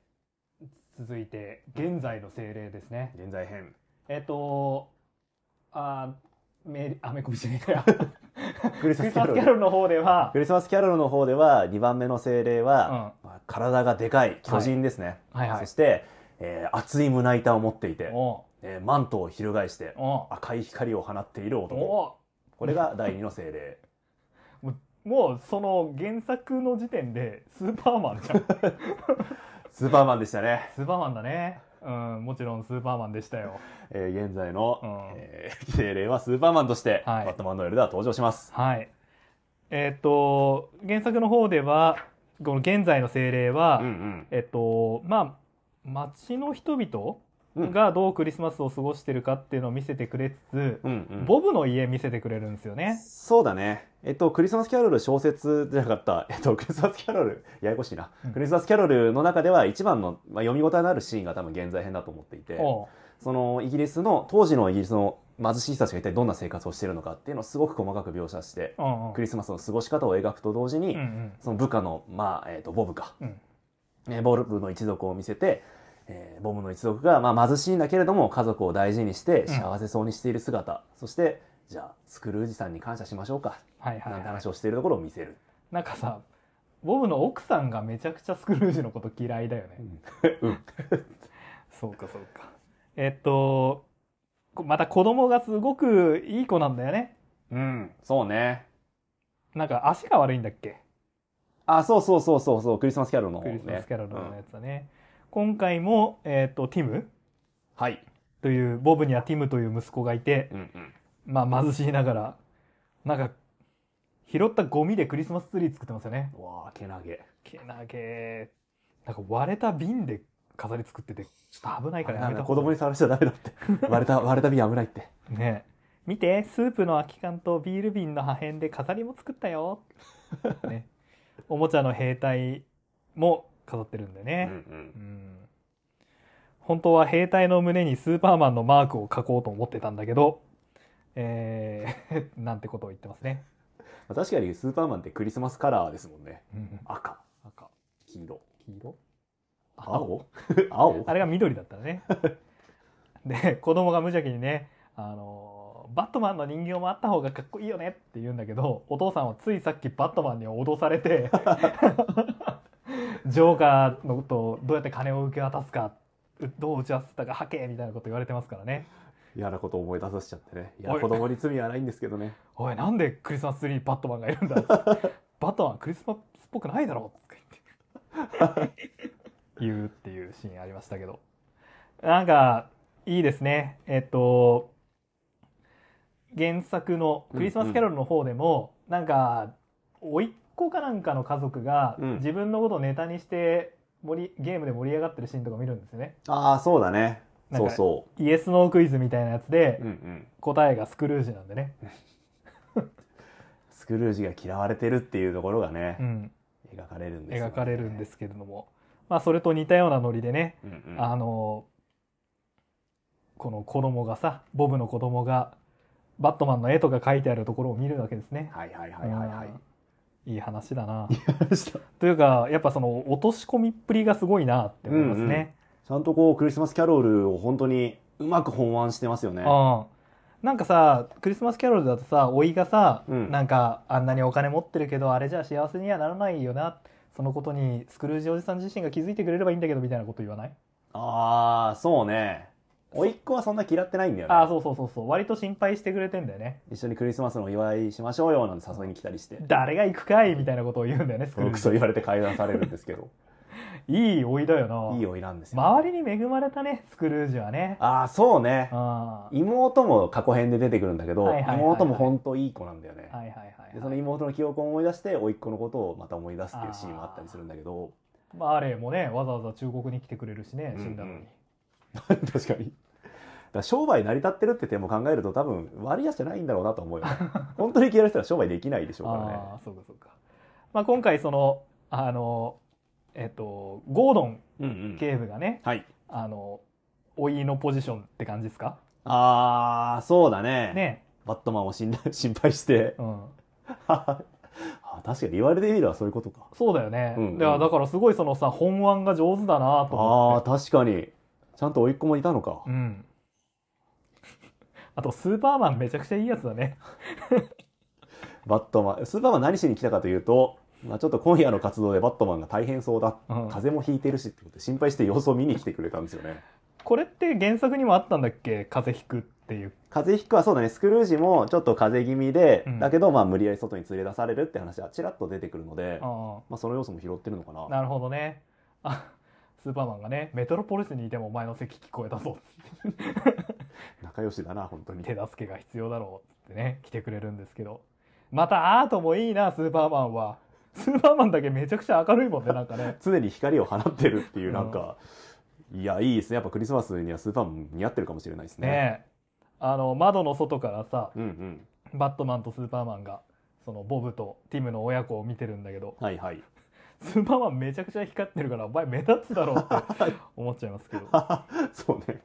A: 続いて現在の精霊ですね
B: 現在編。
A: えっ、とあーメリアメコミじゃねえか よ
B: クリス
A: ク
B: マ
A: リ
B: ス
A: ス
B: キャ
A: マス
B: ロ
A: キャ
B: ル。
A: ロルの方では
B: クリスマスキャロルの方では2番目の精霊
A: うん
B: は、
A: は
B: まあ体がでかい巨人ですね。
A: いは
B: そ
A: い
B: して、えー熱い胸板を持っていて、
A: お
B: えーマントを翻して
A: うお
B: 赤い光を放っている
A: う
B: 男。
A: お
B: これが第二の精霊。
A: うもうその原作の時点でスーパーマンじゃん
B: スーパーマンでしたね。
A: スーパーマンだねうんもちろんスーパーマンでしたよ
B: えー現在の、
A: うん
B: えー精霊はスーパーマンとして、
A: はい
B: バットマンノエルでは登場します。
A: はい。えっ、と、原作の方では、この現在の精霊は、
B: うん
A: えっ、と、まあ、町の人
B: うん
A: 々がどうクリスマスを過ごしてるかっていうのを見せてくれつつ、
B: うん。うんうん
A: ボブの家見せてくれるんですよね。
B: そうだね。えっと、クリスマスキャロル小説じゃなかった、 えっと、クリスマスキャロル、ややこしいな。
A: うん
B: クリスマスキャロルの中では一番の、まあ、読み応えのあるシーンが多分現在編だと思っていて、
A: おう
B: そのイギリスの、当時のイギリスの貧しい人たちが一体どんな生活をしているのかっていうのをすごく細かく描写して、
A: うんうん
B: クリスマスの過ごし方を描くと同時に、
A: うんうん
B: その部下の、まあ、えっと、ボブか、
A: うん
B: えーボブの一族を見せて、えーボブの一族が、まあ、貧しいんだけれども家族を大事にして
A: ん
B: 幸せそうにしている姿、そしてじゃあスクルージさんに感謝しましょうか、
A: はいはい
B: な
A: は
B: んて
A: い。
B: 話をしているところを見せる、
A: なんかさ、ボブの奥さんがめちゃくちゃスクルージのこと嫌いだよね。
B: うん
A: そうかそうか。えっ、と、こまた子供がすごくいい子なんだよね。
B: うん、そうね
A: なんか足が悪いんだっけ
B: あそうそうそうそうそうクリスマスキャロルの方
A: クリ
B: ね
A: スマスキャロルのやつだね、今回も、えっとティム
B: はい、
A: というボブにはティムという息子がいて、
B: うんうん、
A: まあ、貧しいながらなんか拾ったゴミでクリスマスツリー作ってますよね
B: うわあけなげ
A: けなげなんか割れた瓶で飾り作っててちょっと危ないからやめた
B: 子供に
A: に
B: 触らせちゃダメ だって割れた割れた瓶危ないって
A: ね見てスープの空き缶とビール瓶の破片で飾りも作ったよ、ね、おもちゃの兵隊も飾ってるんでね、
B: ん
A: うん本当は兵隊の胸にスーパーマンのマークを書こうと思ってたんだけど、えー なんてことを言ってますね。
B: うん、確かにスーパーマンってクリスマスカラーですもんね
A: うん
B: 赤
A: 赤、
B: 黄色
A: 黄色
B: 青青
A: あれが緑だったらね。 で、子供が無邪気にね、あのーバットマンの人形もあった方がかっこいいよねって言うんだけど、お父さんはついさっきバットマンに脅されて、 ジョーカーのことをどうやって金を受け渡すか、うどう打ち合わせたかはけみたいなこと言われてますからね。
B: 嫌なことを思い出させちゃってね。いや、
A: おい
B: 子供に罪はないんですけどね。
A: おいなんでクリスマスツリーにバットマンがいる んだバットマンクリスマスっぽくないだろとか言って言うっていうシーンありましたけどなんかいいですねえっと原作の「クリスマスキャロル」の方でも、なんか甥っ子かなんかの家族が
B: うん
A: 自分のことをネタにして盛りゲームで盛り上がってるシーンとか見るんですよね
B: ああ、そうだね。
A: なん
B: そ
A: か
B: うそ
A: イエス・ノークイズみたいなやつで
B: う。うんうん。
A: 答えがスクルージなんでね、
B: スクルージが嫌われてるっていうところがね
A: う、ん、
B: 描かれるんですよね
A: 描かれるんで。すけれども、まあ、それと似たようなノリでね、
B: うんうん。
A: あのこの子供がさボブの子供がバットマンの絵とか書いてあるところを見るわけですね。
B: はいはいはいはいはい。
A: うんいい話だな。
B: ち
A: というかやっぱその落とし込みっぷりがすごいなって思いますね。
B: ゃんとこう、クリスマスキャロルを本当にうまく本案してますよね。
A: うんなんかさクリスマスキャロルだとさ甥がさ、
B: うん
A: なんかあんなにお金持ってるけどあれじゃ幸せにはならないよなそのことにスクルージおじさん自身が気づいてくれればいいんだけどみたいなこと言わない
B: ああ、そうね。甥っ子はそんな嫌ってないんだよね。
A: ああそうそうそうそう割と心配してくれてんだよね
B: 一緒にクリスマスのお祝いしましょうよなんて誘いに来たりして。
A: 誰が行くかいみたいなことを言うんだよねスクルー
B: 僕
A: ジ
B: そう言われて会談されるんです けど。
A: いい老いだよない
B: い甥なんですよ。
A: 周りに恵まれたねスクルージはね
B: ああ、そうね。
A: あー
B: 妹も過去編で出てくるんだけど、
A: はいはいはいはい
B: 妹も本当いい子なんだよね、
A: はいはいはい
B: で
A: はい
B: その妹の記憶を思い出して甥っ子のことをまた思い出すっていうシーンもあったりするんだけど
A: まああれもねわざわざ中国に来てくれるしね死んだのに、
B: うんうん確かにだから商売成り立ってるって点も考える と多分割安じゃないんだろうなと思うよね本当に嫌いな人は商売できないでしょうからね
A: ああそうかそうかまあ、今回そのあのえっとゴードン
B: うんうん
A: 警部がね
B: はい。
A: あの老いのポジションって感じですか
B: あー、そうだね。
A: ね、
B: バットマンを信頼 心配して。
A: うん、
B: あ確かに言われてみればそういうことか。
A: そうだよね、
B: うんうん
A: いやだからすごいそのさ本案が上手だなと思
B: あ
A: っ
B: ー、
A: て
B: 確かに。ちゃんと甥いっ子もいたのか。
A: うん、 あとスーパーマンめちゃくちゃいいやつだね
B: バットマン。スーパーマン何しに来たかというと、まあ、ちょっと今夜の活動でバットマンが大変そうだ。
A: うん
B: 風邪もひいてるしってことで心配して様子を見に来てくれたんですよ ね。
A: これって原作にもあったんだっけ風邪ひくっていう
B: 風邪ひくはそうだね、スクルージもちょっと風邪気味で、
A: うん
B: だけどまあ無理やり外に連れ出されるって話はちらっと出てくるので、
A: あ
B: まあその要素も拾ってるのか
A: あ
B: な。
A: なるほどねあスーパーマンがねメトロポリスにいてもお前の席聞こえたぞ
B: 仲良しだな、本当に。
A: 手助けが必要だろうってね来てくれるんですけどまたアートもいいなスーパーマンはスーパーマンだけめちゃくちゃ明るいもんねなんかね
B: 常に光を放ってるっていうなんか、いや、いいですね。やっぱクリスマスにはスーパーマン似合ってるかもしれないですね。
A: ねえあの窓の外からさ
B: うんうん。
A: バットマンとスーパーマンがそのボブとティムの親子を見てるんだけど
B: はいはい。
A: スーパーマンめちゃくちゃ光ってるからお前目立つだろうって思っちゃいますけど
B: そうね。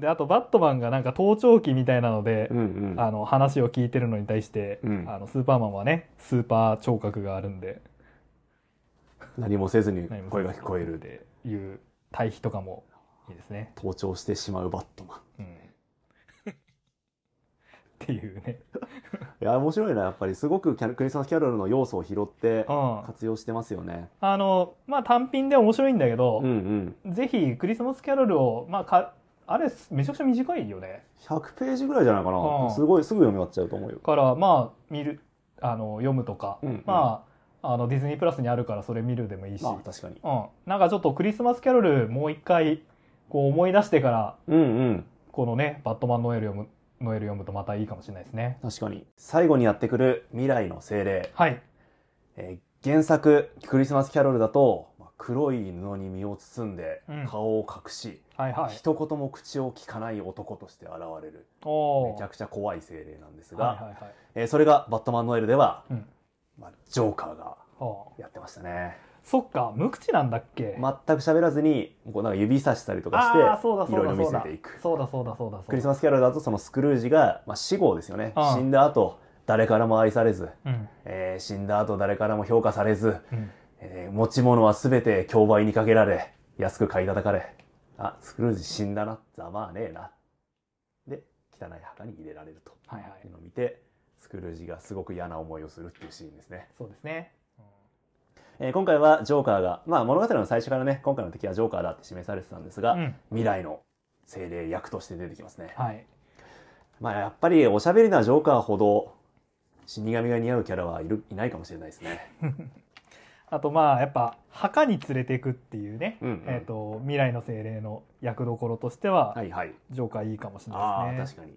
A: であとバットマンがなんか盗聴器みたいなので
B: うんうん。
A: あの話を聞いてるのに対して、
B: うん
A: あのスーパーマンはねスーパー聴覚があるんで
B: 何もせずに
A: 何も
B: 声が聞こえる。
A: っていう対比とかもいいですね。
B: 盗聴してしまうバットマン。
A: うん、 っていうね。
B: いや、面白いな。やっぱりすごくキャラクリスマスキャロルの要素を拾って
A: うん、
B: 活用してますよね。
A: あのまあ単品で面白いんだけど
B: うん、うん。
A: ぜひクリスマスキャロルをまあかあれめちゃくちゃ短いよね。
B: 100ページぐらいじゃないかな、
A: うん
B: すごいすぐ読み終わっちゃうと思うよ、
A: からまあ見るあの読むとか、
B: うんうん
A: まああのディズニープラスにあるからそれ見るでもいいし、
B: あ確かに
A: うん、なんかちょっとクリスマスキャロルもう一回こう思い出してから
B: うんうん
A: このねバットマンノエル読むノエル読むとまたいいかもしれないですね。
B: 確かに最後にやってくる未来の精霊、
A: はい。
B: えー原作クリスマスキャロルだとまあ黒い布に身を包んで
A: うん
B: 顔を隠し、
A: はいはい。
B: 一言も口を聞かない男として現れる
A: おー
B: めちゃくちゃ怖い精霊なんですが、
A: はいはいはい。
B: えーそれがバットマンノエルでは、
A: うん
B: まあ、ジョーカーが
A: はあ
B: やってましたね
A: そっか、無口なんだっけ。
B: 全く喋らずにこうなんか指さしたりと
A: あ
B: か
A: あ、そうだ
B: してい
A: そ
B: ろ
A: う
B: い
A: だそう
B: ろ見せ
A: だ
B: ていく。
A: そうだそうだそうだそうだ。
B: クリスマスキャロルだとそのスクルージが、まあ、死後ですよね、
A: うん
B: 死んだ後誰からも愛されず、
A: うん
B: えー死んだ後誰からも評価されず、
A: うん。
B: えー持ち物は全て競売にかけられ安く買い叩かれあスクルージ死んだなざまあねえなで汚い墓に入れられると
A: はいはい
B: いう。のを見てスクルージがすごく嫌な思いをするっていうシーンですね、
A: そうですね。うん
B: えー今回はジョーカーが、まあ、物語の最初からね今回の敵はジョーカーだって示されてたんですが、
A: うん。
B: 未来の精霊役として出てきますね
A: はい。
B: まあやっぱりおしゃべりなジョーカーほど死神が似合うキャラはいるいないかもしれないですね。
A: あとまあやっぱ墓に連れていくっていうね、
B: うんうん
A: えっ、と未来の精霊の役どころとしては、
B: はいはい。
A: ジョーカーいいかもしれ
B: あ
A: な
B: あ
A: いです
B: 確
A: ね。
B: か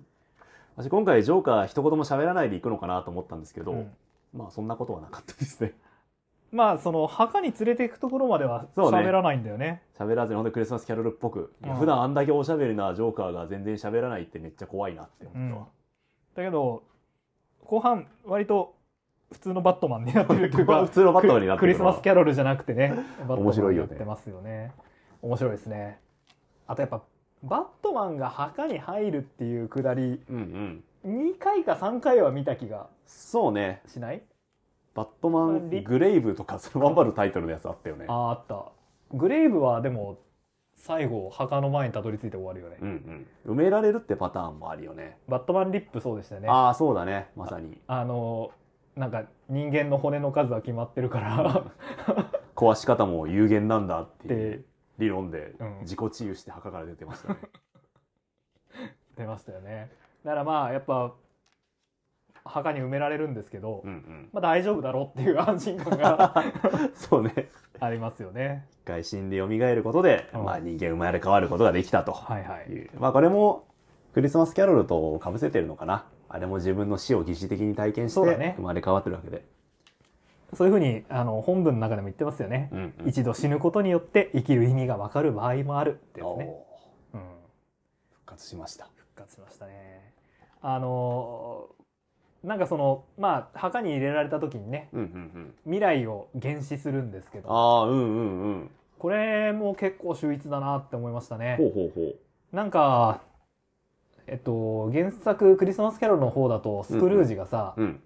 B: に。私今回ジョーカー一言も喋らないでいくのかなと思ったんですけど、
A: うん
B: まあそんなことはなかったですね。
A: まあその墓に連れていくところまでは
B: そうね
A: 喋らないんだよね。
B: 喋らずにほんとクリスマスキャロルっぽく、
A: うん
B: 普段あんだけおしゃべりなジョーカーが全然喋らないってめっちゃ怖いなって思ったわ。
A: だけど後半割と普通のバットマンになってるというか
B: 普通 のバットマンになって
A: ク
B: る
A: リスマスキャロルじゃなくてね、バットマ
B: 面白
A: ン
B: い
A: や
B: よ
A: っ
B: ね
A: てますよね。面白いですね。あとやっぱ、バットマンが墓に入るっていうくだり、
B: うんうん。
A: 2回か3回は見た気が
B: そうね。
A: しない
B: バットマングレイブとかそのまんまのタイトルのやつあったよね
A: あ。あ、あった。グレイブはでも、最後、墓の前にたどり着いて終わるよね。
B: うんうん。埋められるってパターンもあるよね。
A: バットマンリップそうでしたよね。あ
B: ああそうだねまさに。
A: の、なんか人間の骨の数は決まってるから、
B: 壊し方も有限なんだってい
A: で
B: う、理論で
A: うん
B: 自己治癒して墓から出て ましたね。
A: 出ましたよね。だからまあ、やっぱ、墓に埋められるんですけど、
B: うん
A: まあ大丈夫だろうっていう安心感が
B: うん、そうね
A: ありますよね。
B: 一回死んで蘇ることで、
A: うん
B: まあ、人間生まれ変わることができたと。
A: はいはい
B: う、まあこれもクリスマスキャロルと被せてるのかなあれも自分の死を疑似的に体験し
A: そうだ
B: て、
A: ね
B: 生まれ変わってるわけで、
A: そういうふうにあの本文の中でも言ってますよね。
B: うんうん
A: 一度死ぬことによって生きる意味がわかる場合もあるってやつ
B: おー
A: ね。うん、
B: 復活しました
A: 復活しましたね。あのなんかそのまあ墓に入れられた時にね
B: うんうんうん。
A: 未来を原始するんですけど
B: ああ、うんうんうん。
A: これも結構秀逸だなって思いましたね
B: ほ。うほうほう。
A: なんかえっと原作「クリスマスキャロル」の方だとスクルージがさ、
B: うん。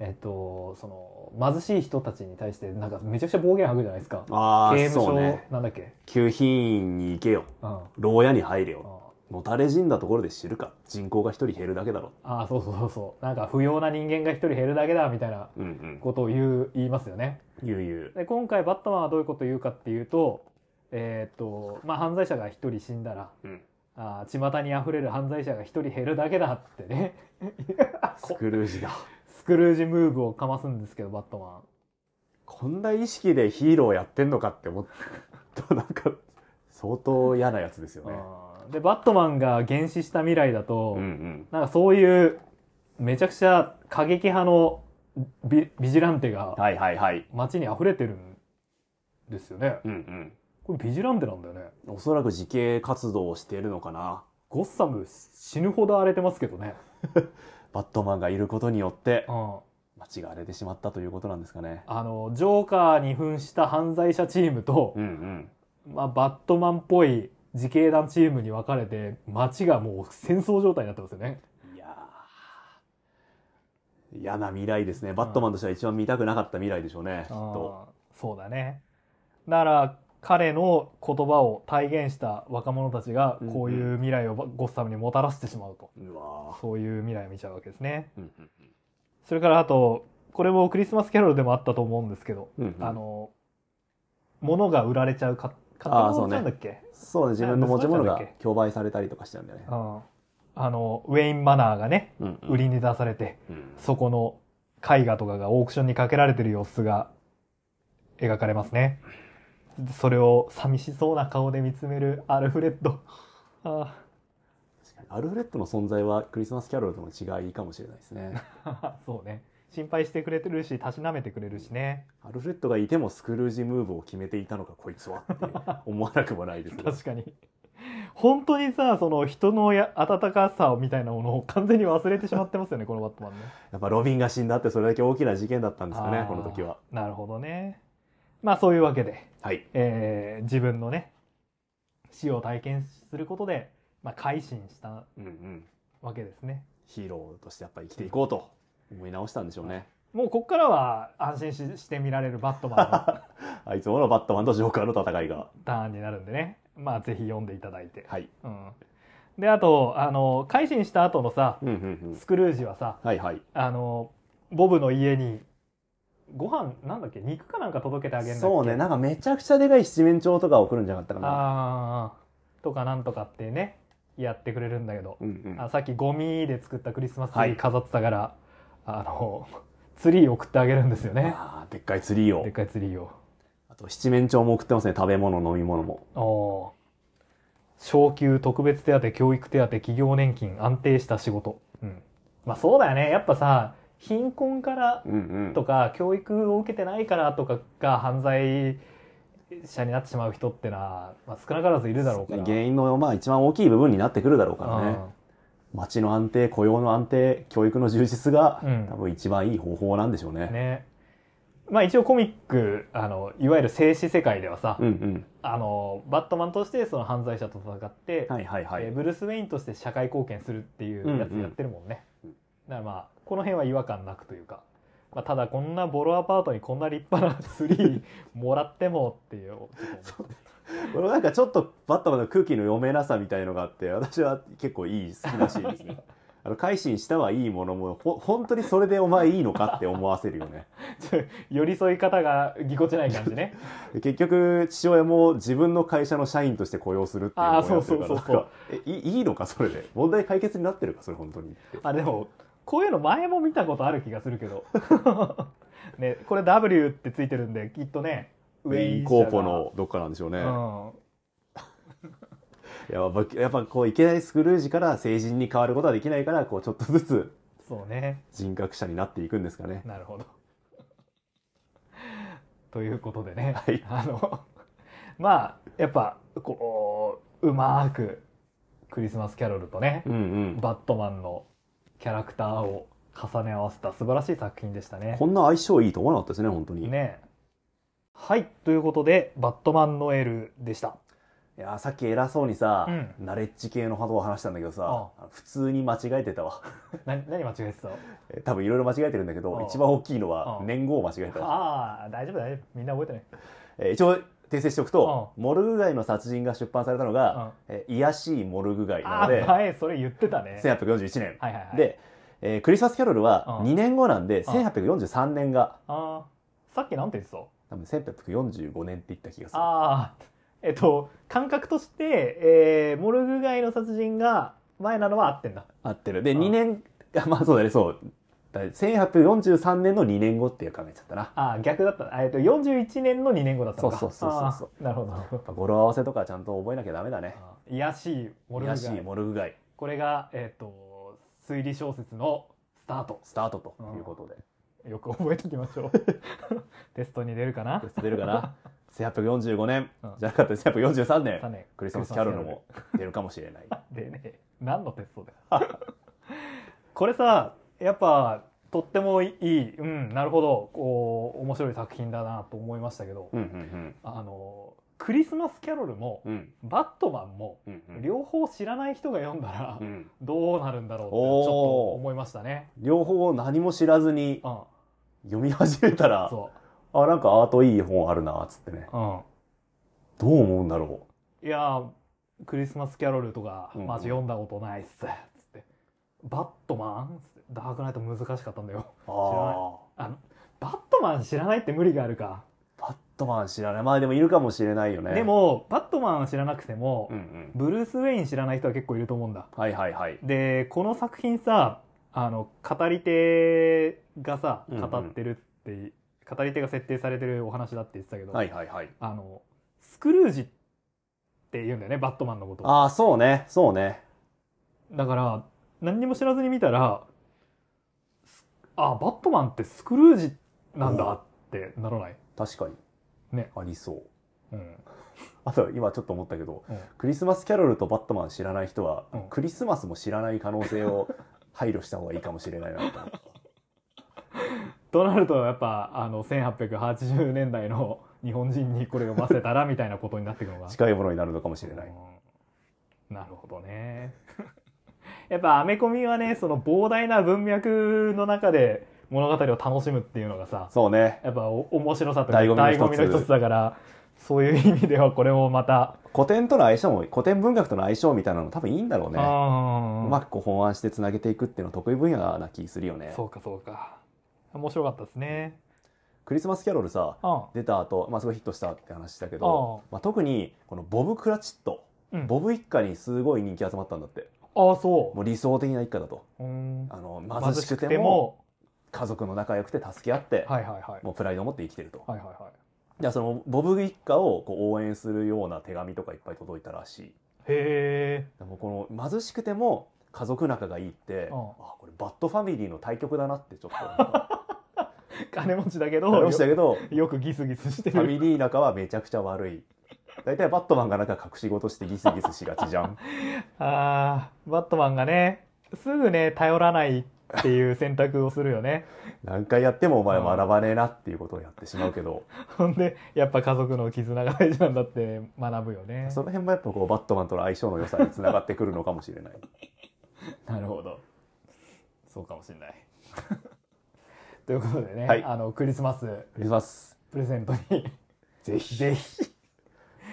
A: えっとその貧しい人たちに対してなんかめちゃくちゃ暴言吐くじゃないですか。
B: あ
A: 刑
B: あ、
A: 務
B: そう
A: 所、
B: ね。
A: なんだっけ、
B: 旧品院に行けよ。
A: うん、あ
B: 牢屋に入れよ。
A: あ
B: のたれ死んだところで知るか。人口が一人減るだけだろ。
A: ああそうそうそうそうなんか不要な人間が一人減るだけだみたいな
B: うんうん。
A: ことを言う言いますよね
B: ゆうゆ
A: で今回バットマンはどういうことを言うかっていうとえーっとまあ犯罪者が一人死んだら
B: う。うん。
A: ああ巷にあふれる犯罪者が一人減るだけだってね
B: スクルージだ。
A: スクルージムーブをかますんですけどバットマン
B: こんな意識でヒーローやってんのかって思ったなんか相当嫌なやつですよね。
A: ああでバットマンが原始した未来だと、
B: うんうん。
A: なんかそういうめちゃくちゃ過激派のビビジランテが
B: はいはいはい。
A: 街に溢れてるんですよね、
B: うん
A: これビジランテなんだよね。
B: うん。おそらく自警活動をしているのかな。
A: ゴッサム死ぬほど荒れてますけどね。
B: バットマンがいることによって
A: うん。
B: 街が荒れてしまったということなんですかね。
A: あの、ジョーカーに扮した犯罪者チームと、
B: うんうん。
A: まあ、バットマンっぽい自警団チームに分かれて、街がもう戦争状態になってますよね。
B: いやー嫌な未来ですね。バットマンとしては一番見たくなかった未来でしょうね。きっと。
A: うんそうだね。だから、彼の言葉を体現した若者たちが、こういう未来をゴッサムにもたらしてしまうと。
B: うわー
A: そういう未来を見ちゃうわけですね。
B: うんうんうん
A: それからあと、これもクリスマスキャロルでもあったと思うんですけど、
B: うんうん
A: あの、物が売られちゃうか、買った
B: あー
A: も
B: そ
A: の
B: う
A: ち
B: ね
A: ゃうんだっけ、
B: そうね、自分の持ち物
A: あ盗まれちゃ
B: が
A: うんだっ
B: 競売されたりとかしちゃうんだよね
A: う。んあの、ウェイン・マナーがね、
B: うんうん
A: 売りに出されて、
B: うん
A: そこの絵画とかがオークションにかけられてる様子が描かれますね。それを寂しそうな顔で見つめるアルフレッド。あ
B: アルフレッドの存在はクリスマスキャロルとの違いかもしれないですね。
A: ー そうね。心配してくれてるし、たしなめてくれるしね。
B: アルフレッドがいてもスクルージムーブを決めていたのかこいつはって思わなくもないです が
A: 確かに本当にさその人のや温かさみたいなものを完全に忘れてしまってますよねこのバットマンね
B: やっぱロビンが死んだってそれだけ大きな事件だったんですかねこの時は。
A: なるほどねまあそういうわけで、
B: はい。
A: えー自分のね死を体験することで、まあ、改心した
B: うんうん。
A: わけですね
B: ヒーローとしてやっぱ生きていこうと思い直したんでしょうね。
A: もうこっからは安心しして見られるバットマ
B: あいつものバットマンとジョーカーの戦いが。
A: ンのターンになるんでね まあぜひ読んでいただいて、
B: はい。
A: うん、であとあの改心した後のさ
B: うんうんうん。
A: スクルージはさ
B: はいはい。
A: あの、ボブの家に、ご飯、なんだっけ、肉かなんか届けてあげるんだっけ
B: そうね、。なんかめちゃくちゃでかい七面鳥とか送るんじゃなかったかな。
A: あーとかなんとかってね、やってくれるんだけど、
B: うんうん。
A: あさっきゴミで作ったクリスマスツリ
B: は
A: ー
B: い
A: 飾ってたから、あの、ツリー送ってあげるんですよね。
B: あーでっかいツリーを
A: でっ。かいツリーを。
B: あと七面鳥も送ってますね。食べ物、飲み物も。
A: おー昇給、特別手当、教育手当、企業年金、安定した仕事。うん。まあそうだよね。やっぱさ、貧困から
B: うんうん。
A: とか教育を受けてないからとかが犯罪者になってしまう人ってのは、まあ、少なからずいるだろうから。
B: 原因の、まあ、一番大きい部分になってくるだろうからね。街の安定、雇用の安定、教育の充実が、
A: うん
B: 多分一番いい方法なんでしょう
A: うん
B: ね。
A: ね。まあ一応コミック、あの、いわゆる静止世界ではさ、
B: うん
A: あの、バットマンとしてその犯罪者と戦って、
B: うん。はいはいはい。
A: えーブルース・ウェインとして社会貢献するっていうやつやってるもんね。
B: うんうん
A: だからまあ、この辺は違和感なくというか、まあ、ただこんなボロアパートにこんな立派なツリ ーもらってもっていう、ちょっと思った
B: このなんかちょっとバットマンの空気の読めなさみたいのがあって、私は結構いい、好きなシーンですね。 あの、改心したはいいものも、ほ、本当にそれでお前いいのかって思わせるよね。
A: ちょ 寄り添い方がぎこちない感じ ね。
B: で結局、父親も自分の会社の社員として雇用するっていうの
A: あ
B: を
A: ー
B: やってるから、
A: そう
B: な
A: そ
B: ん
A: うそうそう
B: か、え、いいいのかそれで。問題解決になってるかそれ本当にって。
A: あでもこういうの前も見たことある気がするけど。 ねこれ W ってついてるんできっとね
B: ウェインコーポのどっかなんでしょうね。
A: の、
B: いややっぱやっぱこういきなりスクルージから成人に変わることはできないからこうちょっとずつ
A: うん、そうね
B: 人格者になっていくんですかね。
A: なるほど。 ということでね、
B: はい
A: あのまあやっぱこううまーくクリスマスキャロルとね、
B: うんうん。
A: バットマンのキャラクターを重ね合わせた素晴らしい作品でしたね
B: こ。んな相性いいと思わなかったですね、本当に。
A: ねはい、ということで、バットマンノエルでした。
B: いやーさっき偉そうにさ、
A: うん
B: ナレッジ系の波動を話したんだけどさ、普通に間違えてたわ。
A: な何間違えてたの
B: え多分いろいろ間違えてるんだけど
A: う、ん
B: 一番大きいのは
A: うん
B: 年号を間違えた。
A: ああ、大丈夫大丈夫。みんな覚えてない。
B: えー一応訂正しておくと、モルグ街の殺人が出版されたのが、えー癒やしいモルグ街な
A: あ
B: の
A: あ、
B: で、
A: 前それ言ってたね。
B: 1841年。
A: はいはいはい。、
B: で、えークリスマスキャロルは
A: うん
B: 2年後なんで、
A: うん
B: 1843年が、
A: ああ、さっきなんて言ってた
B: 多分1845年って言った気がする。
A: ああ、えっと、感覚として、えーモルグ街の殺人が前なのは合ってんだ。
B: 合ってる。で、
A: うん
B: 2年、あまあそうだね、そう。だ1843年の2年後っていう考えちゃったな。
A: ああ、逆だったな。えっと、41年の2年後だったのか。
B: そうそうそうそう
A: ああなるほどなるほど。
B: やっぱ語呂合わせとかちゃんと覚えなきゃダメだね。
A: ああ癒やしいモルグ
B: 癒やしい
A: 街。
B: モルグ街
A: これが、えっと、推理小説のスタート。
B: スタートということで。
A: よく覚えておきまし ょう。テストに出るかな
B: テスト出るかな ?1845 年、
A: うん
B: じゃなかった1843年、
A: さね
B: クリスマスキャロルも出るかもしれない。
A: でね何のテストだよ これさやっぱとってもいいうんなるほどこう面白い作品だなと思いましたけど、
B: うんうん
A: あのクリスマスキャロルも、
B: うん。うん
A: バットマンも、
B: うんうん
A: 両方知らない人が読んだら、
B: うん
A: どうなるんだろうってち
B: おー
A: ょっと思いましたね。
B: 両方何も知らずに
A: うん、
B: 読み始めたら、
A: そ
B: あ、なんかアートいい本あるな、つってね。
A: う、うん、
B: どう思うんだろ
A: いやークリスマスキャロルとか
B: うん
A: マジ読んだことないっす、つってバットマンつってダークナイト難しかったんだよ
B: う。
A: あのバットマン知らないって無理があるか、
B: あー。バットマン知らない。まあでもいるかもしれないよね。
A: で、もバットマン知らなくても、
B: うんうん。
A: ブルース・ウェイン知らない人は結構いると思うんだ
B: はいはいはい。
A: でこの作品さあの語り手がさ
B: うんうん
A: 語ってるって、語り手が設定されてるお話だって言ってたけど、
B: はいはいはい。
A: あのスクルージって言うんだよねバットマンのこと
B: ああ、そうね。そうね。
A: だから何にも知らずに見たらすあバットマンってスクルージなんだってならない、
B: 確かに。
A: ね。
B: ありそ
A: う
B: う。
A: ん、
B: あと今ちょっと思ったけど、
A: うん
B: クリスマスキャロルとバットマン知らない人は、
A: うん
B: クリスマスも知らない可能性 を配慮した方がいいかもしれないなと思った
A: となるとやっぱあの1880年代の日本人にこれを読ませたらみたいなことになってくのが
B: 近いものになるのかもしれない、
A: うんなるほどね やっぱアメコミはねその膨大な文脈の中で物語を楽しむっていうのがさ
B: そうね
A: やっぱお面白さとか
B: 醍醐味の一つ
A: 醍醐味の一つだからそういう意味ではこれもまた、
B: 古典との相性も古典文学との相性みたいなの多分いいんだろうねう
A: あ
B: まくこう翻案してつなげていくっていうの得意分野な気するよね
A: そうかそうか面白かったですね
B: クリスマスキャロルさ
A: あ
B: 出た後、まあすごいヒットしたって話したけ
A: あ
B: ど、まあ、特にこのボブ・クラチット
A: うん
B: ボブ一家にすごい人気集まったんだって
A: あそ
B: もう理想的な一家だと
A: ううん
B: あの貧しくても家族の仲良くて助け合って、
A: はいはいはい
B: もうプライドを持って生きてると。
A: はいはいはい
B: じゃあそのボブ一家をこう応援するような手紙とかいっぱい届いたらしい。
A: へえ。
B: でもこの貧しくても家族仲がいいって、
A: うん
B: あこれバッドファミリーの対局だなってちょっと思
A: 金持ちだけど、
B: いました
A: よ
B: けど、
A: よくギスギスして
B: ファ
A: る。
B: ミリー仲はめちゃくちゃ悪い。大体バットマンがなんか隠し事してギスギスしがちじゃん。
A: ああ、バットマンがね、すぐね、頼らないっていう選択をするよね。
B: 何回やってもお前学ばねえなっていうことをやってしまうけど、
A: ほんで、やっぱ家族の絆が大事なんだって学ぶよね。
B: その辺もやっぱこうバットマンとの相性の良さにつながってくるのかもしれない。
A: なるほど。そうかもしれない。 ということでね、
B: はい
A: あの、クリスマス
B: クリスマス、
A: プレゼントに、ぜひ ぜひ。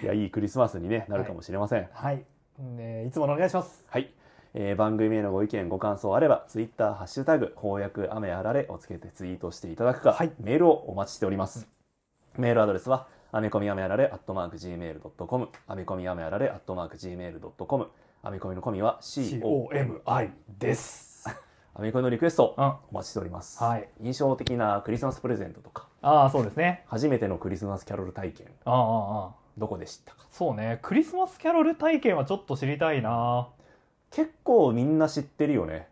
B: いや、いいクリスマスに、ね、なるかもしれません。
A: はい。ね、いつものお願いします。
B: はい、えー番組へのご意見ご感想あればツイッターハッシュタグ翻訳雨あられをつけてツイートしていただくか、メールをお待ちしております、メールアドレスはアメコミアメあられアットマーク Gmail.com アメコミアメあられアットマーク Gmail.com アメコミのコミは CO
A: COMI です。
B: アメコミのリクエスト
A: うん。
B: お待ちしております、
A: はい
B: 印象的なクリスマスプレゼントとか
A: ああ、そうですね。
B: 初めてのクリスマスキャロル体験
A: ああ、ああ。
B: どこで知ったか
A: そうね、クリスマスキャロル体験はちょっと知りたいな。
B: 結構みんな知ってるよね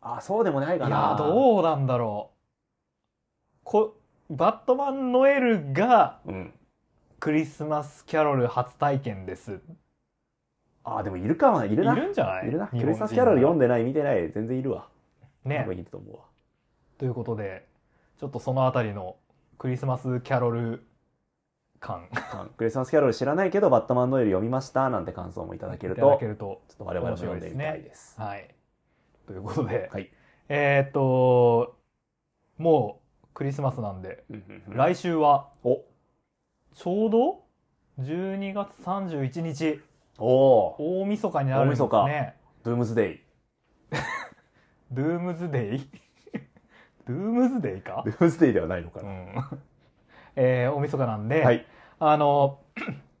B: あそうでもない
A: い
B: か
A: やー、
B: な
A: どうなんだろう。こ、バットマンノエルが
B: うん
A: クリスマスキャロル初体験です。
B: あでもいるかないいるない
A: るんじゃない
B: いるな。ク
A: 日本人
B: リスマスキャロル読んでない、見てない、全然いるわ。多
A: ね
B: 分いいと思うわ。
A: ということでちょっとそのあたりのクリスマスキャロル感
B: 感クリスマスキャロル知らないけど、バットマンノイル読みましたなんて感想もいただけると、
A: いただ
B: ち
A: け
B: ょっ
A: ると
B: と我々も読んでみたいです。
A: はい。ということで、
B: はい
A: えーっと、もうクリスマスなんで、
B: うんうんうん
A: 来週は
B: お
A: ちょうど12月31日、
B: おー
A: 大晦日になるんです
B: 大
A: ね。
B: ドゥームズデイ。
A: ドゥームズデイ ドゥームズデイか
B: ドゥームズデイではないのか
A: う
B: な。
A: ん。えー、大晦日なんで、
B: はい。
A: あの、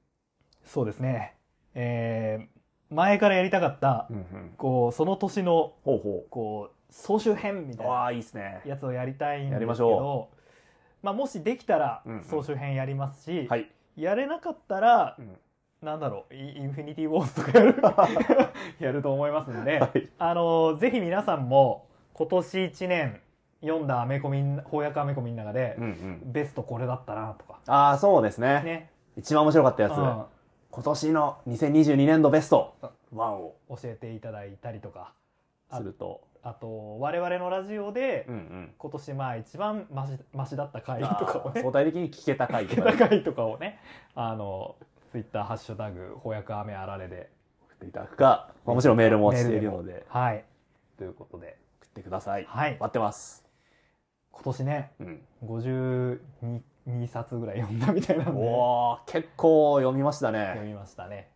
A: そうですね、えー、前からやりたかった、
B: うんうん
A: こう、その年の、
B: ほうほ
A: こう、総集編み
B: う。
A: たいな。
B: わあ、いいですね。
A: やつをやりたいんです
B: や
A: け
B: りまし
A: ど
B: ょ
A: まあ、もしできたら
B: うんうん
A: 総集編やりますし、
B: はい。
A: やれなかったら、
B: うん
A: なんだろうイインフィニティ・ウォーズとかやる やると思いますので、
B: はい
A: あのぜひ皆さんも今年1年読んだアメコミ翻訳アメコミの中で
B: うん、うん。
A: ベストこれだったなとか
B: ああ、そうですね。
A: ね、
B: 一番面白かったや
A: う
B: つ。
A: ん
B: 今年の2022年度ベスト1を
A: 教えていただいたりとか
B: すると。
A: あと我々のラジオで、
B: うんうん。
A: 今年まあ一番マシマシだった回とかを
B: あー
A: ね
B: 相対的に聞けた回とかね。
A: 高いとかをねあのツイッターハッシュタグ翻訳雨あられで
B: 送っていただくか、まあ、もちろんメールもしているので、
A: はいということで
B: 送ってください。
A: はい
B: 待ってます。
A: 今年ね
B: うん。
A: 52冊ぐらい読んだみたいなんで
B: おー、結構読みました
A: 読
B: ね。
A: みましたね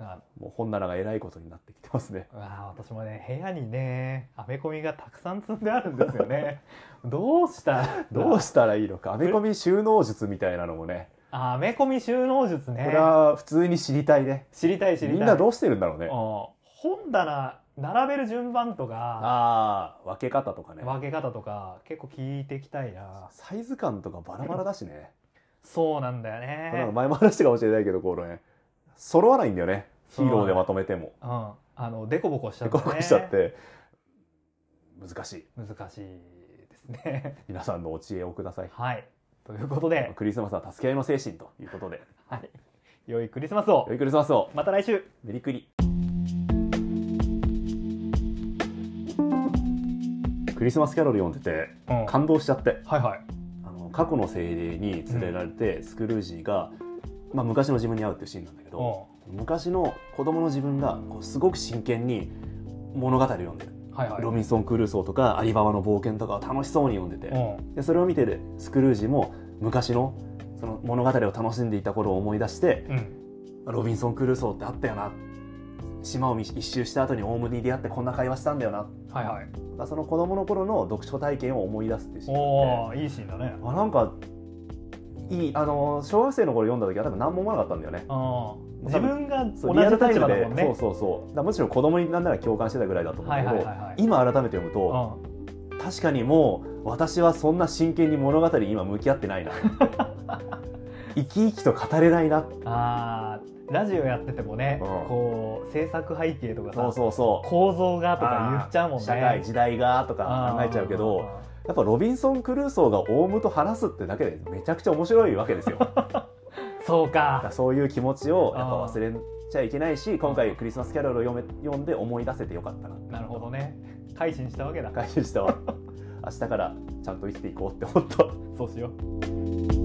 A: あ
B: もう本棚がえらいことになってきてますね。
A: あ私もね部屋にねアメコミがたくさん積んであるんですよ ねどうした
B: どう
A: し
B: したらいいのか。アメコミ収納術みたいなのもね。
A: あアメコミ収納術ね
B: これは普通に知りたいね。
A: 知りたい知りたい
B: みんな
A: う
B: どうしてるんだろうね
A: ん。本棚並べる順番とか
B: ああ、分け方とかね。
A: 分け方とか結構聞いていきたいな
B: サイズ感とかバラバラだしね。
A: そうなんだよ
B: これな
A: ね
B: んか。前も話したかもしれないけど、このね、揃わないんだよね。ヒーローでまとめても。
A: うん、あのデコボコしちゃっ
B: で
A: て、
B: こ
A: ね、
B: ぼこしちゃって、難しい。
A: 難しいですね。
B: 皆さんのお知恵をください。
A: はい、ということで、
B: クリスマスは助け合いの精神ということで、
A: はい、良いクリスマスを
B: 良。いクリスマスを
A: また来週。
B: メリクリ。クリスマスキャロル読んでて
A: うん、はい
B: 感動しちゃって
A: はい。
B: あの過去の精霊に連れられて、スクルージーが、まあ、昔の自分に会うっていうシーンなんだけど、
A: う
B: 昔の子供の自分がこうすごく真剣に物語を読んでる、
A: ん、はいはい。
B: ロビンソン・クルーソーとかアリババの冒険とかを楽しそうに読んでて、
A: うん、
B: でそれを見てるスクルージも昔のその物語を楽しんでいた頃を思い出して
A: うん、
B: ロビンソン・クルーソーってあったよな島を一周した後にオウムに出会ってこんな会話したんだよな
A: はいはい。
B: まあその子供の頃の読書体験を思い出すっていうシーン
A: お
B: があって
A: お、いいシーンだね。
B: あなんかいいあの小学生の頃読んだ時は多分何も思わなかったんだよね
A: うん、
B: 分
A: 自分が同じ
B: そうリアルタイ
A: 立
B: ム
A: 場だ
B: で、
A: もん
B: そう
A: ね。
B: そうそうだからむしろ子供になんなら共感してたぐらいだと思うん
A: は
B: だ
A: い
B: けど、
A: はいはいはい。
B: 今改めて読むと、
A: う
B: 確かにもう私はそんな真剣に物語に今向き合ってな いな生き生きと語れないなって
A: ん、ああ、ラジオやっててもね、
B: うん
A: こう制作背景とかさ、
B: そうそうそう
A: 構造がとか言っちゃうもんね。
B: 社会時代がとか考えちゃうけどやっぱロビンソン・クルーソーがオウムと話すってだけでめちゃくちゃ面白いわけですよだか。
A: うん、そうから
B: そういう気持ちをやっぱ忘れちゃいけないし今回「クリスマス・キャロル」を読め読んで思い出せてよかったな
A: なるほどね。改心したわけだ。
B: 返信したわ明日からちゃんと生きていこうって思った
A: そうしよう。